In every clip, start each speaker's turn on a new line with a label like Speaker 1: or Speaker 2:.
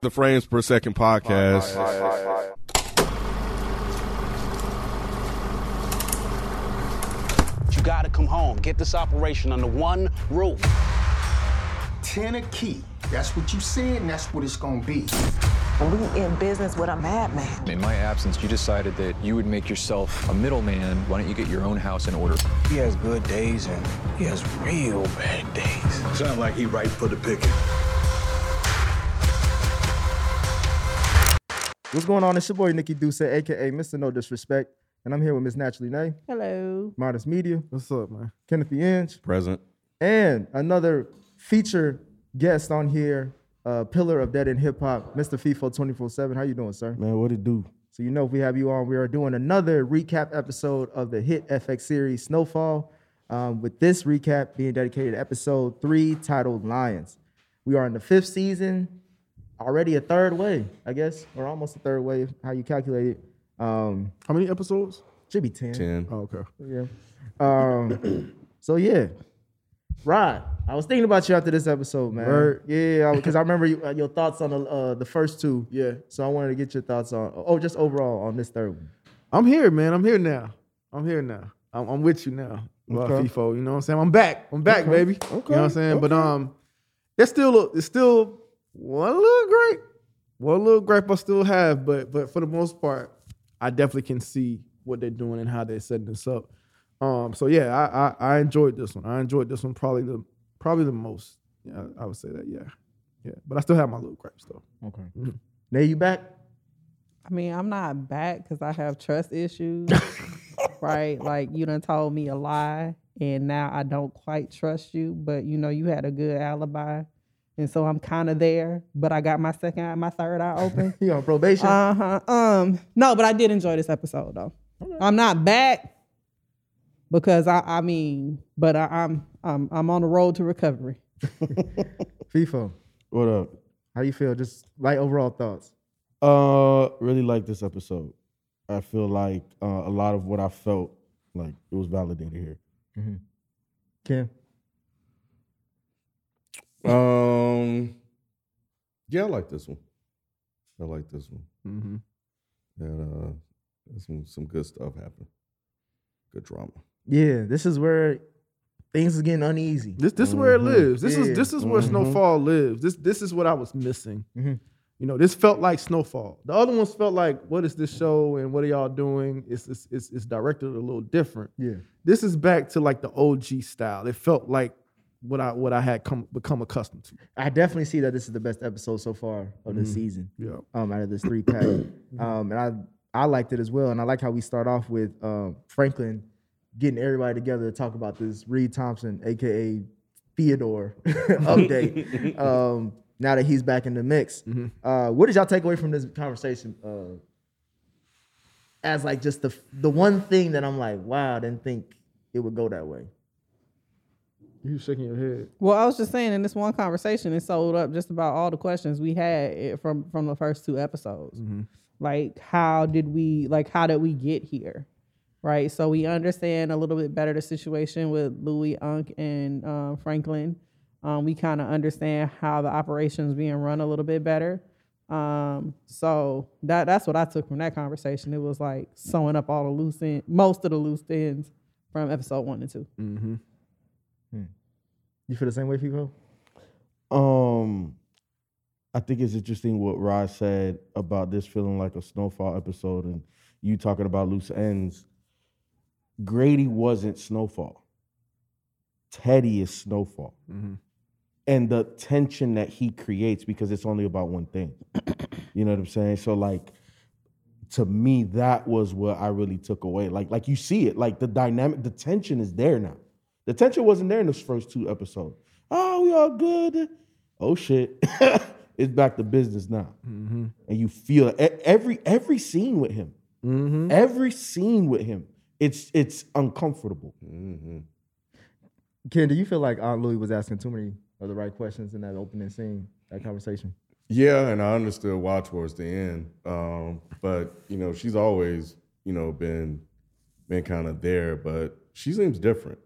Speaker 1: the Frames Per Second podcast.
Speaker 2: You gotta come home. Get this operation under one roof.
Speaker 3: Ten a key. That's what you said, and that's what it's gonna be.
Speaker 4: We in business with a madman.
Speaker 5: In my absence, you decided that you would make yourself a middleman. Why don't you get your own house in order?
Speaker 6: He has good days and he has real bad days.
Speaker 7: Sound like he right for the picking.
Speaker 8: What's going on? It's your boy Nikki Duce, aka Mr. No Disrespect, and I'm here with Miss Naturally Nay,
Speaker 9: Hello.
Speaker 8: Modest Media. What's up, man? Kenneth the Inch,
Speaker 1: Present.
Speaker 8: and another feature guest on here, uh, pillar of Dead End Hip Hop, Mr. FIFO 24 7. How you doing, sir?
Speaker 10: Man, what it do?
Speaker 8: So you know if we have you on, we are doing another recap episode of the hit FX series Snowfall. um, with this recap being dedicated to episode three, titled Lions. We are in the fifth season, already a third way, I guess, or almost a third way, how you calculate it. Um,
Speaker 10: How many episodes?
Speaker 8: should be ten.
Speaker 1: Ten.
Speaker 10: Oh, okay.
Speaker 8: Yeah. Um, so yeah, Rod, I was thinking about you after this episode, man.
Speaker 10: Word.
Speaker 8: Yeah, because I, remember you, uh, your thoughts on the uh, the first two.
Speaker 10: Yeah.
Speaker 8: So I wanted to get your thoughts on, oh, just overall on this third one.
Speaker 10: I'm here, man. I'm here now. I'm here now. I'm, I'm with you now. Well,
Speaker 8: Okay.
Speaker 10: FIFO, you know what I'm saying? I'm back. I'm back, baby. Okay. You know what I'm saying? But um, there's still a, it's still one little gripe. One little gripe I still have, but but for the most part, I definitely can see what they're doing and how they're setting this up. Um, so yeah, I, I I enjoyed this one. I enjoyed this one probably the probably the most. Yeah, I would say that. Yeah, yeah. But I still have my little gripes though.
Speaker 8: Okay. Nay, you back?
Speaker 9: I mean, I'm not back because I have trust issues, right? Like you done told me a lie, and now I don't quite trust you. But you know, you had a good alibi, and so I'm kind of there. But I got my second eye, my third eye open.
Speaker 8: You on probation?
Speaker 9: uh huh. Um, no, but I did enjoy this episode though. I'm not back because I, I mean, but I, I'm, I'm, I'm on the road to recovery.
Speaker 8: FIFO,
Speaker 10: What up?
Speaker 8: how you feel? Just light overall thoughts.
Speaker 10: Uh,
Speaker 11: really like this episode. I feel like uh, a lot of what I felt like it was validated here.
Speaker 8: Kim,
Speaker 1: Um, yeah, I like this one. I like this one.
Speaker 10: Mm-hmm.
Speaker 1: And uh, there's some some good stuff happened. Good drama.
Speaker 8: yeah, this is where things is getting uneasy.
Speaker 10: This this is where it
Speaker 11: Mhm.
Speaker 10: lives. This
Speaker 8: Yeah.
Speaker 10: is this is where
Speaker 11: Mhm.
Speaker 10: Snowfall lives. This this is what I was missing.
Speaker 8: Mhm.
Speaker 10: You know, this felt like Snowfall. The other ones felt like, what is this show and what are y'all doing? It's it's it's, it's directed a little different.
Speaker 8: Yeah.
Speaker 10: This is back to like the OG style. It felt like what I what I had come become accustomed to.
Speaker 8: I definitely see that this is the best episode so far of
Speaker 10: Mm-hmm.
Speaker 8: this season.
Speaker 10: Yeah.
Speaker 8: um, out of this three pack. um, and I I liked it as well, and I like how we start off with um, Franklin getting everybody together to talk about this Reed Thompson, aka Theodore, update. um, now that he's back in the mix, uh, what did y'all take away from this conversation? Uh, as like just the the one thing that I'm like, wow, I didn't think it would go that way.
Speaker 10: You shaking your head.
Speaker 9: Well, I was just saying in this one conversation, it sold up just about all the questions we had eh, from from the first two episodes. Like, how did we like how did we get here? Right. So we understand a little bit better the situation with Louis Unk and um, Franklin. Um, we kind of understand how the operation's being run a little bit better. Um, so that that's what I took from that conversation. It was like sewing up all the loose end, most of the loose ends from episode one and two.
Speaker 8: You feel the same way, people?
Speaker 11: Um, I think it's interesting what Rod said about this feeling like a snowfall episode, and you talking about loose ends. Grady wasn't snowfall. Teddy is snowfall, and the tension that he creates because it's only about one thing. you know what I'm saying? So like, to me, that was what I really took away. Like, like you see it, like the dynamic, the tension is there now. The tension wasn't there in those first two episodes. Oh, we all good. Oh shit, it's back to business now, and you feel e- every every scene with him,
Speaker 1: Mm-hmm.
Speaker 11: every scene with him. It's it's uncomfortable.
Speaker 8: Ken, do you feel like Aunt Louie was asking too many of the right questions in that opening scene, that conversation?
Speaker 1: Yeah, and I understood why towards the end. Um, but you know, she's always you know been been kind of there, but she seems different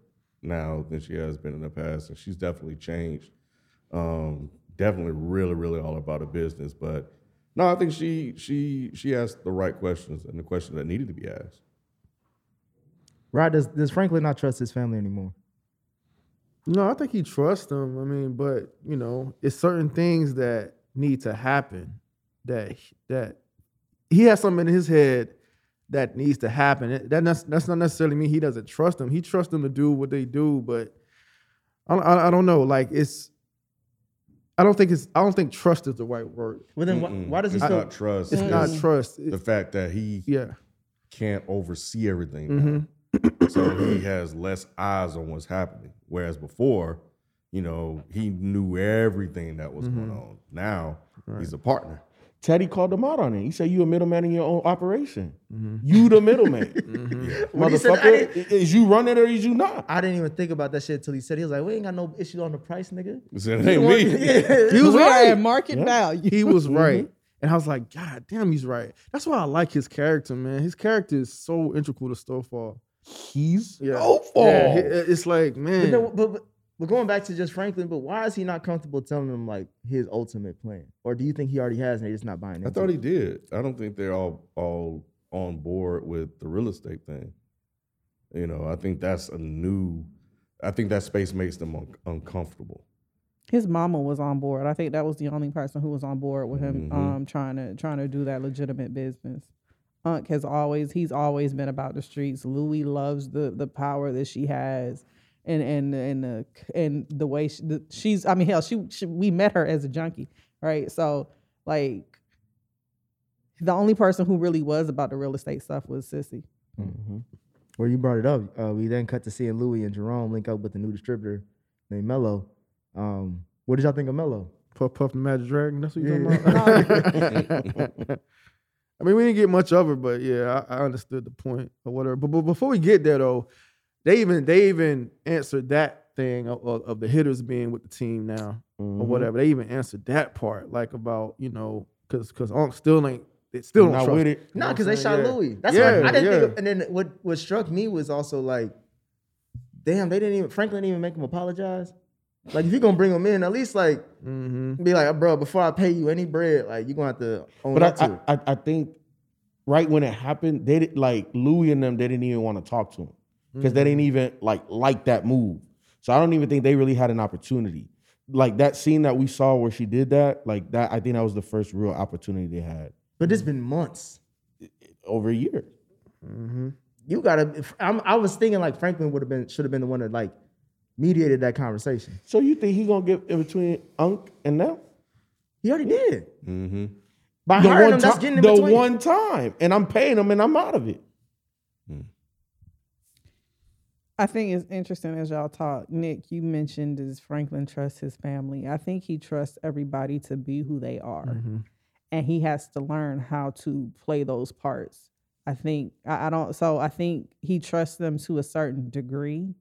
Speaker 1: now than she has been in the past, and she's definitely changed. Um, definitely really, really all about her business. But no, I think she she she asked the right questions and the questions that needed to be asked.
Speaker 8: Rod, does, does Franklin not trust his family anymore?
Speaker 10: No, I think he trusts them. I mean, but you know, it's certain things that need to happen that that he has something in his head that needs to happen. It- That that's, that's not necessarily mean he doesn't trust them. He trusts them to do what they do, but I, don't- I, I don't know. Like it's, I don't think it's. I don't think trust is the right word.
Speaker 8: Well, then why,
Speaker 1: Mm-mm.
Speaker 8: why does he
Speaker 1: it's
Speaker 8: still?
Speaker 1: not trust?
Speaker 10: It's not trust.
Speaker 1: the
Speaker 10: It-
Speaker 1: fact that he
Speaker 10: yeah,
Speaker 1: can't oversee everything.
Speaker 11: Mm-hmm.
Speaker 1: now. so he has less eyes on what's happening. Whereas before, you know, he knew everything that was going
Speaker 11: Mm-hmm.
Speaker 1: on. Now he's a partner.
Speaker 11: Teddy called him out on it. He said, "You a middleman in your own operation. You the middleman,
Speaker 8: When he said, I
Speaker 11: motherfucker. Is you running or is you not?"
Speaker 8: I didn't even think about that shit until he said it. he was like, "We ain't got no issue on the price, nigga."
Speaker 1: He said, "Hey, me."
Speaker 10: he was
Speaker 9: we are
Speaker 10: right.
Speaker 9: at market value. Mm-hmm.
Speaker 10: He was right. And I was like, God damn, he's right. That's why I like his character, man. His character is so integral to Snowfall.
Speaker 11: He's
Speaker 10: Yeah.
Speaker 11: hopeful.
Speaker 10: Yeah, he- it's like,
Speaker 8: But,
Speaker 10: man.
Speaker 8: no, but, but but going back to just Franklin, but why is he not comfortable telling them like his ultimate plan? Or do you think he already has and they're just not buying it?
Speaker 1: I thought he did. I don't think they're all all on board with the real estate thing. You know, I think that's a new. I think that space makes them un- uncomfortable.
Speaker 9: His mama was on board. I think that was the only person who was on board with him
Speaker 1: Mhm.
Speaker 9: um trying to trying to do that legitimate business. Unc has always he's always been about the streets. Louis loves the the power that she has. And and and the and the way she, the, she's I mean hell she, she we met her as a junkie right so like the only person who really was about the real estate stuff was Sissy
Speaker 8: Well, you brought it up. Uh, we then cut to seeing Louis and Jerome link up with the new distributor named Mello. Um, what did y'all think of Mello?
Speaker 10: Puff Puff the Magic Dragon. That's what you're
Speaker 8: Yeah.
Speaker 10: talking about. I mean, we didn't get much of her, but yeah, I, I understood the point or whatever. But, but before we get there, though, they even they even answered that thing of, of, of the hitters being with the team now or
Speaker 11: Mm-hmm.
Speaker 10: whatever. They even answered that part, like about you know, because because Unc still ain't it still don't
Speaker 11: Not
Speaker 10: trust
Speaker 11: with
Speaker 10: him.
Speaker 11: it.
Speaker 10: You know
Speaker 8: No,
Speaker 10: what
Speaker 8: because they
Speaker 10: I'm
Speaker 8: shot
Speaker 10: saying? Yeah.
Speaker 8: Louis. That's
Speaker 10: yeah,
Speaker 8: what I, I didn't
Speaker 10: yeah.
Speaker 8: think. Of, and then what what struck me was also like, damn, they didn't even Franklin didn't even make him apologize. Like if you're gonna bring him in, at least like
Speaker 10: Mm-hmm.
Speaker 8: be like, bro, before I pay you any bread, like you're gonna have to own
Speaker 11: But
Speaker 8: up
Speaker 11: I,
Speaker 8: to it.
Speaker 11: I, I, I think right when it happened, they did like Louis and them. They didn't even want to talk to him because they
Speaker 8: Mm.
Speaker 11: didn't even like like that move. So I don't even think they really had an opportunity. Like that scene that we saw where she did that, like that. I think that was the first real opportunity they had
Speaker 8: But it's been months.
Speaker 11: over a year.
Speaker 8: You gotta. if- I'm, I was thinking like Franklin would have been should have been the one that like mediated that conversation.
Speaker 11: So you think he gonna get in between Unc and them?
Speaker 8: He already did.
Speaker 1: Mm-hmm.
Speaker 8: By
Speaker 11: the
Speaker 8: hiring
Speaker 11: one,
Speaker 8: him, that's
Speaker 11: ti-
Speaker 8: getting in
Speaker 11: the
Speaker 8: between.
Speaker 11: one time, and I'm paying him, and I'm out of it.
Speaker 9: I think it's interesting as y'all talk. Nick, you mentioned does Franklin trust his family? I think he trusts everybody to be who they are. And he has to learn how to play those parts. I think I, I don't so I think he trusts them to a certain degree,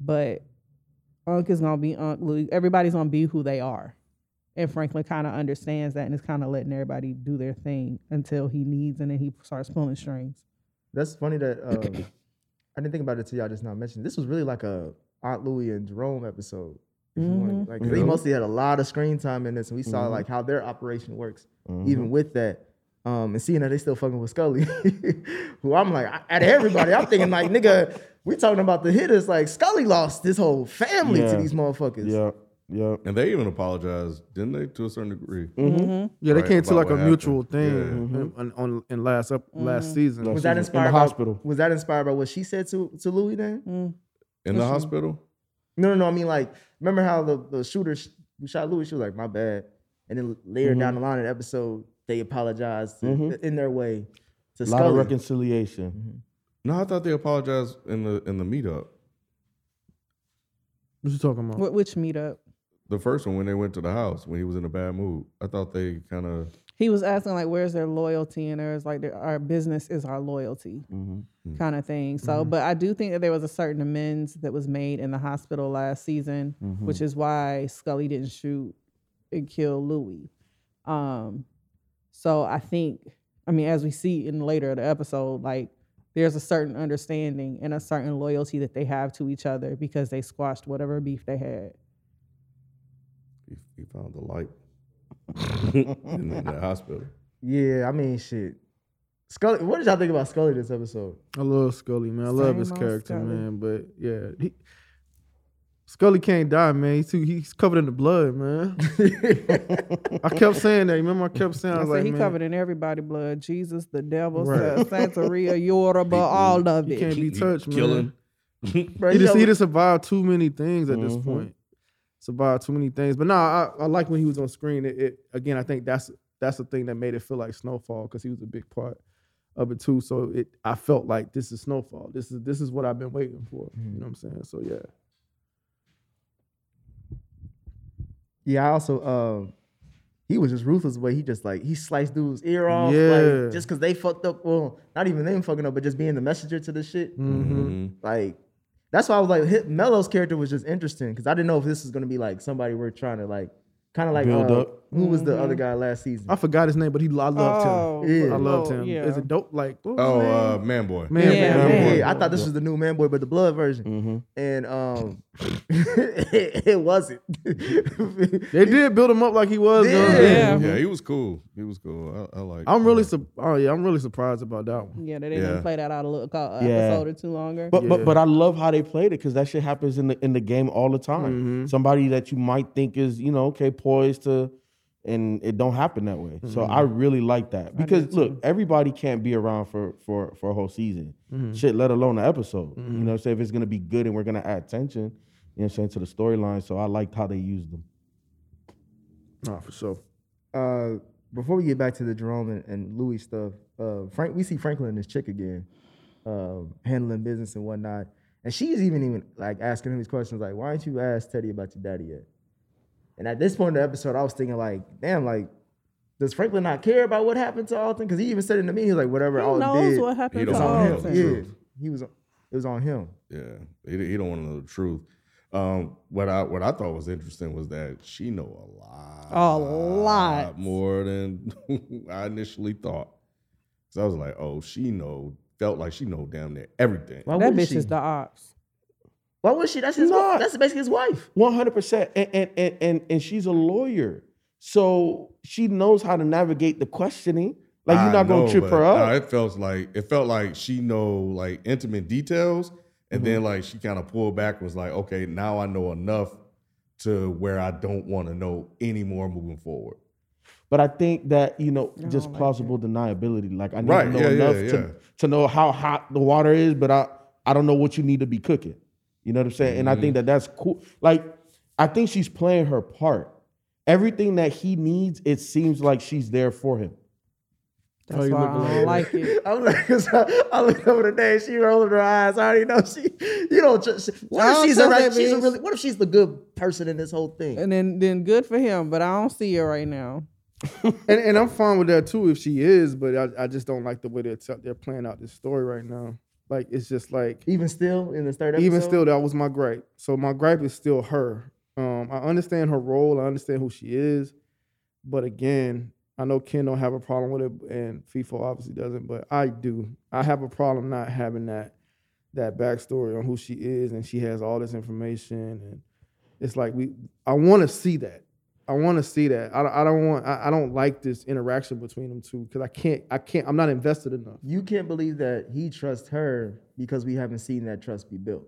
Speaker 9: but Unc is gonna be Unc Louis. Everybody's gonna be who they are. And Franklin kind of understands that and is kind of letting everybody do their thing until he needs and then he starts pulling strings.
Speaker 8: That's funny that uh, I didn't think about it till y'all just now mentioned. This was really like a Aunt Louie and Jerome episode. If you want, like 'cause they
Speaker 1: Yeah.
Speaker 8: mostly had a lot of screen time in this, and we saw like how their operation works,
Speaker 11: Mm-hmm.
Speaker 8: even with that. Um, and seeing that they still fucking with Scully, who I'm like, I- out of everybody, I'm thinking like, nigga, we talking about the hitters. Like Scully lost his whole family
Speaker 11: Yeah.
Speaker 8: to these motherfuckers.
Speaker 11: yeah.
Speaker 1: And they even apologized, didn't they, to a certain degree?
Speaker 11: Mm-hmm.
Speaker 10: Yeah, they
Speaker 1: Right,
Speaker 10: came to
Speaker 1: about
Speaker 10: like a
Speaker 1: what happened.
Speaker 10: mutual thing
Speaker 1: Yeah.
Speaker 10: in, on, on in last up last season.
Speaker 11: That's
Speaker 8: Mm-hmm. Was
Speaker 11: it. In
Speaker 8: that
Speaker 11: the
Speaker 8: inspired? by-
Speaker 11: hospital.
Speaker 8: was that inspired by what she said to to Louis then?
Speaker 1: In the hospital?
Speaker 8: No, no, no. I mean, like, remember how the, the shooter sh- who shot Louis? She was like, "My bad," and then later down the line in the episode, they apologized to- in their way
Speaker 11: A lot
Speaker 8: to
Speaker 11: of
Speaker 8: Scully. Mm-hmm.
Speaker 11: reconciliation.
Speaker 1: No, I thought they apologized in the in the meetup.
Speaker 10: What you talking about?
Speaker 9: Wh- which meetup?
Speaker 1: The first one when they went to the house when he was in a bad mood. I thought they kind of
Speaker 9: he was asking like where's their loyalty and there's like their, our business is our loyalty kind of thing so but i do think that there was a certain amends that was made in the hospital last season which is why scully didn't shoot and kill louis um so i think i mean as we see in later the episode like there's a certain understanding and a certain loyalty that they have to each other because they squashed whatever beef they had
Speaker 1: He, he found the light in the, in the hospital.
Speaker 8: Yeah, I mean, shit. Scully, what did y'all think about Scully this episode?
Speaker 10: I love Scully, man. I love
Speaker 9: Same
Speaker 10: his
Speaker 9: old
Speaker 10: character,
Speaker 9: Scully.
Speaker 10: man. But yeah, he, Scully can't die, man. He's too, he's covered in the blood, man. I kept saying that. Remember, I kept saying, I
Speaker 9: I
Speaker 10: was
Speaker 9: said
Speaker 10: like,
Speaker 9: he
Speaker 10: man,
Speaker 9: covered in everybody blood. Jesus, the devil,
Speaker 10: Right.
Speaker 9: Sa- Santeria, Yoruba, all of
Speaker 10: he
Speaker 9: it.
Speaker 10: can't be touched, man.
Speaker 1: Killing.
Speaker 10: He just he just survived too many things at this point. Survived too many things. But nah, I, I like when he was on screen. It, it again, I think that's that's the thing that made it feel like Snowfall because he was a big part of it too. So it I felt like this is Snowfall. This is this is what I've been waiting for. You know what I'm saying? So yeah.
Speaker 8: Yeah, I also um he was just ruthless, but he just like he sliced dude's ear off,
Speaker 10: Yeah.
Speaker 8: like just cause they fucked up. Well, not even them fucking up, but just being the messenger to this shit.
Speaker 11: Mm-hmm.
Speaker 8: Like that's why I was like, hit, Mello's character was just interesting because I didn't know if this was gonna be like somebody we're trying to like, kind of like
Speaker 11: Build
Speaker 8: uh,
Speaker 11: up. Oh,
Speaker 8: Who was the other guy last season?
Speaker 10: I forgot his name, but he I loved
Speaker 9: Oh,
Speaker 10: him.
Speaker 8: Yeah.
Speaker 10: I loved
Speaker 9: oh,
Speaker 10: him.
Speaker 9: yeah.
Speaker 10: Is it dope? Like what was
Speaker 1: Oh,
Speaker 10: his name?
Speaker 1: uh, man, boy.
Speaker 10: man,
Speaker 9: Yeah,
Speaker 10: man,
Speaker 9: man.
Speaker 10: boy.
Speaker 8: Yeah, I thought this was the new man boy, but the blood version,
Speaker 11: Mm-hmm.
Speaker 8: and um, it, it wasn't.
Speaker 10: They did build him up like he was. you know what I'm
Speaker 8: Yeah.
Speaker 10: saying?
Speaker 9: Yeah.
Speaker 1: Yeah, he was cool. He was cool. I, I like.
Speaker 10: I'm really sur- oh yeah, I'm really surprised about that one.
Speaker 9: Yeah, they didn't
Speaker 1: Yeah.
Speaker 9: play that out a little co-
Speaker 11: Yeah.
Speaker 9: episode or two longer.
Speaker 11: But
Speaker 10: Yeah.
Speaker 11: but but I love how they played it because that shit happens in the in the game all the time.
Speaker 9: Mm-hmm.
Speaker 11: Somebody that you might think is you know okay poised to, and it don't happen that way. So I really like that because look, everybody can't be around for for for a whole season,
Speaker 9: Mm-hmm.
Speaker 11: shit, let alone an episode. You know, what I'm saying? if it's gonna be good and we're gonna add tension, you know, what I'm saying to the storyline. So I liked how they used them.
Speaker 10: Nah, for sure.
Speaker 8: uh, before we get back to the Jerome and, and Louis stuff, uh, Frank, we see Franklin and this chick again, um, handling business and whatnot. And she's even even like asking him these questions like, "Why didn't you ask Teddy about your daddy yet?" And at this point in the episode, I was thinking like, "Damn, like, does Franklin not care about what happened to Alton?" Because he even said it to me, he was like, "Whatever
Speaker 9: Who
Speaker 8: Alton
Speaker 9: knows
Speaker 8: did,
Speaker 9: what
Speaker 1: He
Speaker 9: happened to
Speaker 1: don't
Speaker 8: it's on
Speaker 1: know.
Speaker 8: him."
Speaker 9: Alton?
Speaker 1: Yeah.
Speaker 8: Yeah, he was. It was on him.
Speaker 1: Yeah, he, he don't want to know the truth. Um, what I what I thought was interesting was that she know a lot,
Speaker 9: A lot.
Speaker 1: more than I initially thought. Because I was like, oh, she know felt like she know damn near everything.
Speaker 8: Why
Speaker 9: That
Speaker 8: wouldn't
Speaker 9: bitch
Speaker 8: she?
Speaker 9: is the ops.
Speaker 8: Why was she? That's his.
Speaker 11: Nah.
Speaker 8: Wife. That's basically his wife.
Speaker 11: One hundred percent, and and and and she's a lawyer, so she knows how to navigate the questioning. Like you're
Speaker 1: I
Speaker 11: not gonna
Speaker 1: know,
Speaker 11: trip
Speaker 1: but,
Speaker 11: her up.
Speaker 1: nah, it felt like it felt like she know like intimate details, and
Speaker 10: Mm-hmm.
Speaker 1: then like she kind of pulled back and was like, okay, now I know enough to where I don't want to know any more moving forward.
Speaker 11: But I think that you know,
Speaker 9: I
Speaker 11: just
Speaker 9: don't like
Speaker 11: plausible deniability. Like I need
Speaker 1: Right,
Speaker 11: to know
Speaker 1: yeah, yeah,
Speaker 11: enough
Speaker 1: yeah.
Speaker 11: to to know how hot the water is, but I I don't know what you need to be cooking. You know what I'm saying? And I
Speaker 10: Mm-hmm.
Speaker 11: think that that's cool. Like I think she's playing her part. Everything that he needs, it seems like she's there for him.
Speaker 9: That's
Speaker 10: you
Speaker 9: why
Speaker 10: looking
Speaker 9: I don't like it.
Speaker 8: I'm like, 'cause I, I look over today, she rolling her eyes. I already know she, you know, just, what
Speaker 9: I
Speaker 8: if
Speaker 9: don't
Speaker 8: she's a,
Speaker 9: trust
Speaker 8: right,
Speaker 9: that
Speaker 8: she's a
Speaker 9: bitch.
Speaker 8: really, what if she's the good person in this whole thing?
Speaker 9: And then, then good for him, but I don't see it right now.
Speaker 10: And, and I'm fine with that too if she is, but I, I just don't like the way they're t- they're playing out this story right now. Like it's just like
Speaker 8: even still, in this third episode,
Speaker 10: even still that was my gripe. So my gripe is still her. Um, I understand her role. I understand who she is, but again, I know Ken don't have a problem with it, and FIFO obviously doesn't, but I do. I have a problem not having that that backstory on who she is, and she has all this information, and it's like we. I want to see that. I want to see that. I, don't- I don't want. I, I don't like this interaction between them two because I can't. I can't. I'm not invested enough.
Speaker 8: you can't believe that he trusts her because we haven't seen that trust be built.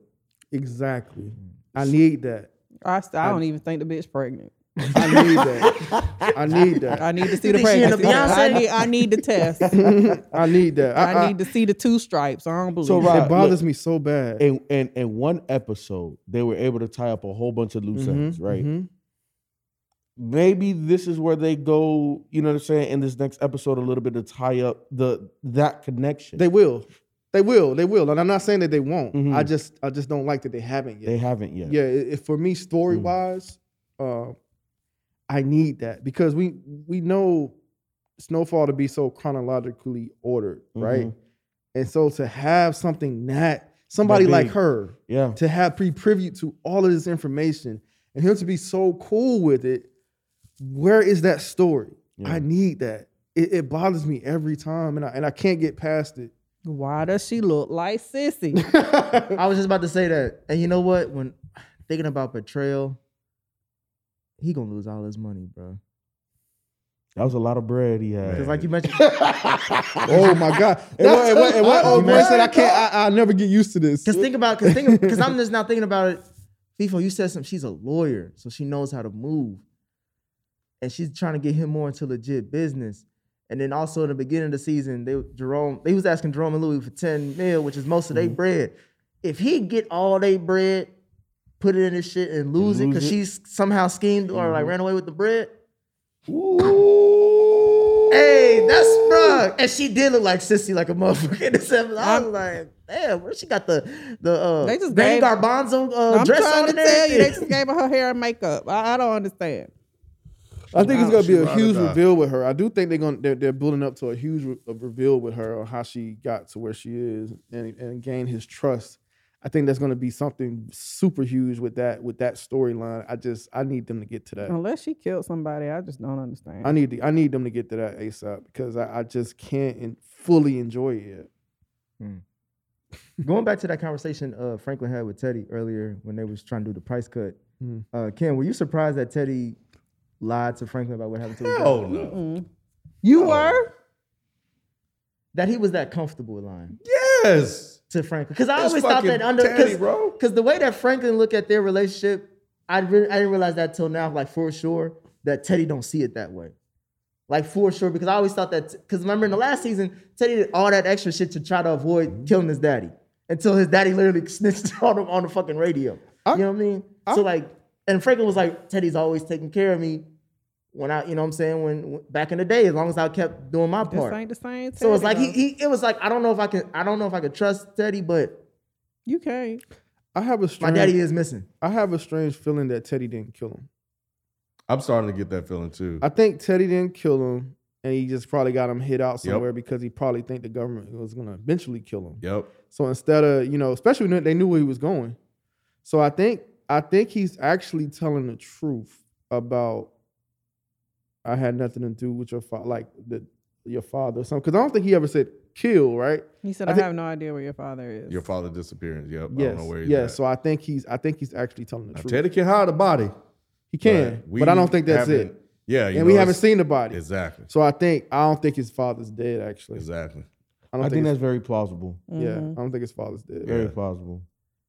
Speaker 10: Exactly. I need that.
Speaker 9: I, st- I don't even think the bitch pregnant.
Speaker 10: I need that. I need that.
Speaker 9: I need to see the
Speaker 8: think she in the
Speaker 9: pregnancy. test. I
Speaker 8: Beyonce?
Speaker 9: need, I need the test.
Speaker 10: I need that. I,
Speaker 9: I need to see the two stripes. I don't believe.
Speaker 11: So,
Speaker 9: it.
Speaker 11: Rob,
Speaker 10: It bothers
Speaker 11: look,
Speaker 10: me so bad.
Speaker 11: In, in in one episode, they were able to tie up a whole bunch of loose ends, right?
Speaker 10: mhm.
Speaker 11: Maybe this is where they go. You know what I'm saying? In this next episode, a little bit to tie up the that connection.
Speaker 10: They will. They will. They will. And I'm not saying that they won't.
Speaker 11: Mhm.
Speaker 10: I just I just don't like that they haven't yet.
Speaker 11: They haven't yet. Mm.
Speaker 10: yeah, it, it- for me, story wise, uh, I need that because we we know Snowfall to be so chronologically ordered, right?
Speaker 11: Mm-hmm.
Speaker 10: And so to have something that somebody
Speaker 11: That
Speaker 10: like
Speaker 11: big.
Speaker 10: her
Speaker 11: Yeah.
Speaker 10: to have pre privy to all of this information and him to be so cool with it. Where is that story? I need that. It, it bothers me every time, and I and I can't get past it.
Speaker 9: Why does she look like sissy?
Speaker 8: I was just about to say that, and you know what? When thinking about betrayal, he gonna lose all his money, bro.
Speaker 11: That was a lot of bread he had.
Speaker 8: Because like you mentioned,
Speaker 11: oh my god! And what, and what- and what old boy said, I can't. I, I never get used to this.
Speaker 8: Because think about, because think, because I'm just now thinking about it. FIFO, you said something. She's a lawyer, so she knows how to move, and she's trying to get him more into legit business. And then also in the beginning of the season, they Jerome, they was asking Jerome and Louis for ten mil, which is most of
Speaker 11: Mm-hmm.
Speaker 8: their bread. If he get all they bread, put it in his shit and lose, it
Speaker 11: Lose
Speaker 8: because
Speaker 11: it. Mm-hmm.
Speaker 8: she's somehow schemed or like ran away with the bread.
Speaker 11: Ooh.
Speaker 8: Hey, that's bruh. And she did look like sissy like a motherfucker in this episode. I was like, damn, where she got the the uh
Speaker 9: They just
Speaker 8: Dame
Speaker 9: gave-
Speaker 8: Garbanzo uh,
Speaker 9: I'm
Speaker 8: dress
Speaker 9: trying
Speaker 8: on
Speaker 9: to
Speaker 8: and
Speaker 9: tell you, they
Speaker 8: everything?
Speaker 9: just gave her her hair and makeup. I, I don't understand.
Speaker 10: I think it's gonna be
Speaker 1: she
Speaker 10: a
Speaker 1: ride or
Speaker 10: huge
Speaker 1: die.
Speaker 10: reveal with her. I do think they're gonna they're, they're building up to a huge re- a reveal with her on how she got to where she is and and gain his trust. I think that's gonna be something super huge with that with that storyline. I just I need them to get to that.
Speaker 8: Oh.
Speaker 9: Unless she killed somebody, I just don't understand.
Speaker 10: I need to, I need them to get to that ASAP because I, I just can't en- fully enjoy it. yet.
Speaker 8: Going back to that conversation uh Franklin had with Teddy earlier when they was trying to do the price cut.
Speaker 10: Mhm.
Speaker 8: Uh Ken, were you surprised that Teddy lied to Franklin about what happened to his
Speaker 1: Hell
Speaker 8: dad?
Speaker 1: no.
Speaker 9: you were?
Speaker 8: That he was that comfortable lying
Speaker 1: Yes.
Speaker 8: to Franklin. Because I
Speaker 1: That's
Speaker 8: always thought that
Speaker 1: fucking
Speaker 8: under
Speaker 1: Teddy, bro.
Speaker 8: because the way that Franklin looked at their relationship, I really I didn't realize that till now, like for sure, that Teddy don't see it that way. Like for sure, because I always thought that because remember in the last season, Teddy did all that extra shit to try to avoid killing his daddy until his daddy literally snitched on him on the fucking radio. you know what I mean? so like, and Franklin was like, Teddy's always taking care of me when I, you know what I'm saying, when, when- back in the day, as long as I kept doing my
Speaker 9: This
Speaker 8: part.
Speaker 9: ain't the uh, same.
Speaker 8: so it's like
Speaker 9: Teddy,
Speaker 8: he, e- he it was like, I don't know if I can I don't know if I could trust Teddy, but
Speaker 9: though. You can't.
Speaker 10: I have a
Speaker 8: my
Speaker 10: strange,
Speaker 8: daddy is missing.
Speaker 10: I have a strange feeling that Teddy didn't kill him.
Speaker 1: I'm starting to get that feeling too.
Speaker 10: I think Teddy didn't kill him, and he just probably got him hit out
Speaker 1: Yep.
Speaker 10: somewhere because he probably think the government was gonna eventually kill him.
Speaker 1: yep.
Speaker 10: So instead of you know, especially when they knew where he was going, so I think I think he's actually telling the truth about I had nothing to do with your father, like the your father or something. Because I don't think he ever said kill, right?
Speaker 9: He said,
Speaker 10: I
Speaker 9: I,
Speaker 10: think-
Speaker 9: have no idea where your father is.
Speaker 1: Your father disappearance. Yep. I
Speaker 10: Yes,
Speaker 1: don't know where he's
Speaker 10: yeah.
Speaker 1: at.
Speaker 10: So I think he's I think he's actually telling the
Speaker 1: Now,
Speaker 10: truth.
Speaker 1: Teddy can hide a body.
Speaker 10: he can, but, I don't think that's it.
Speaker 1: haven't- Yeah. you
Speaker 10: And we
Speaker 1: know,
Speaker 10: haven't
Speaker 1: it's-
Speaker 10: seen the body,
Speaker 1: Exactly.
Speaker 10: so I think I don't think his father's dead. Actually,
Speaker 1: Exactly.
Speaker 10: I
Speaker 11: I,
Speaker 10: don't
Speaker 11: think
Speaker 10: think,
Speaker 11: that's very plausible. Mm-hmm.
Speaker 10: his- yeah. I don't think his father's dead.
Speaker 11: Very
Speaker 1: Yeah.
Speaker 11: plausible.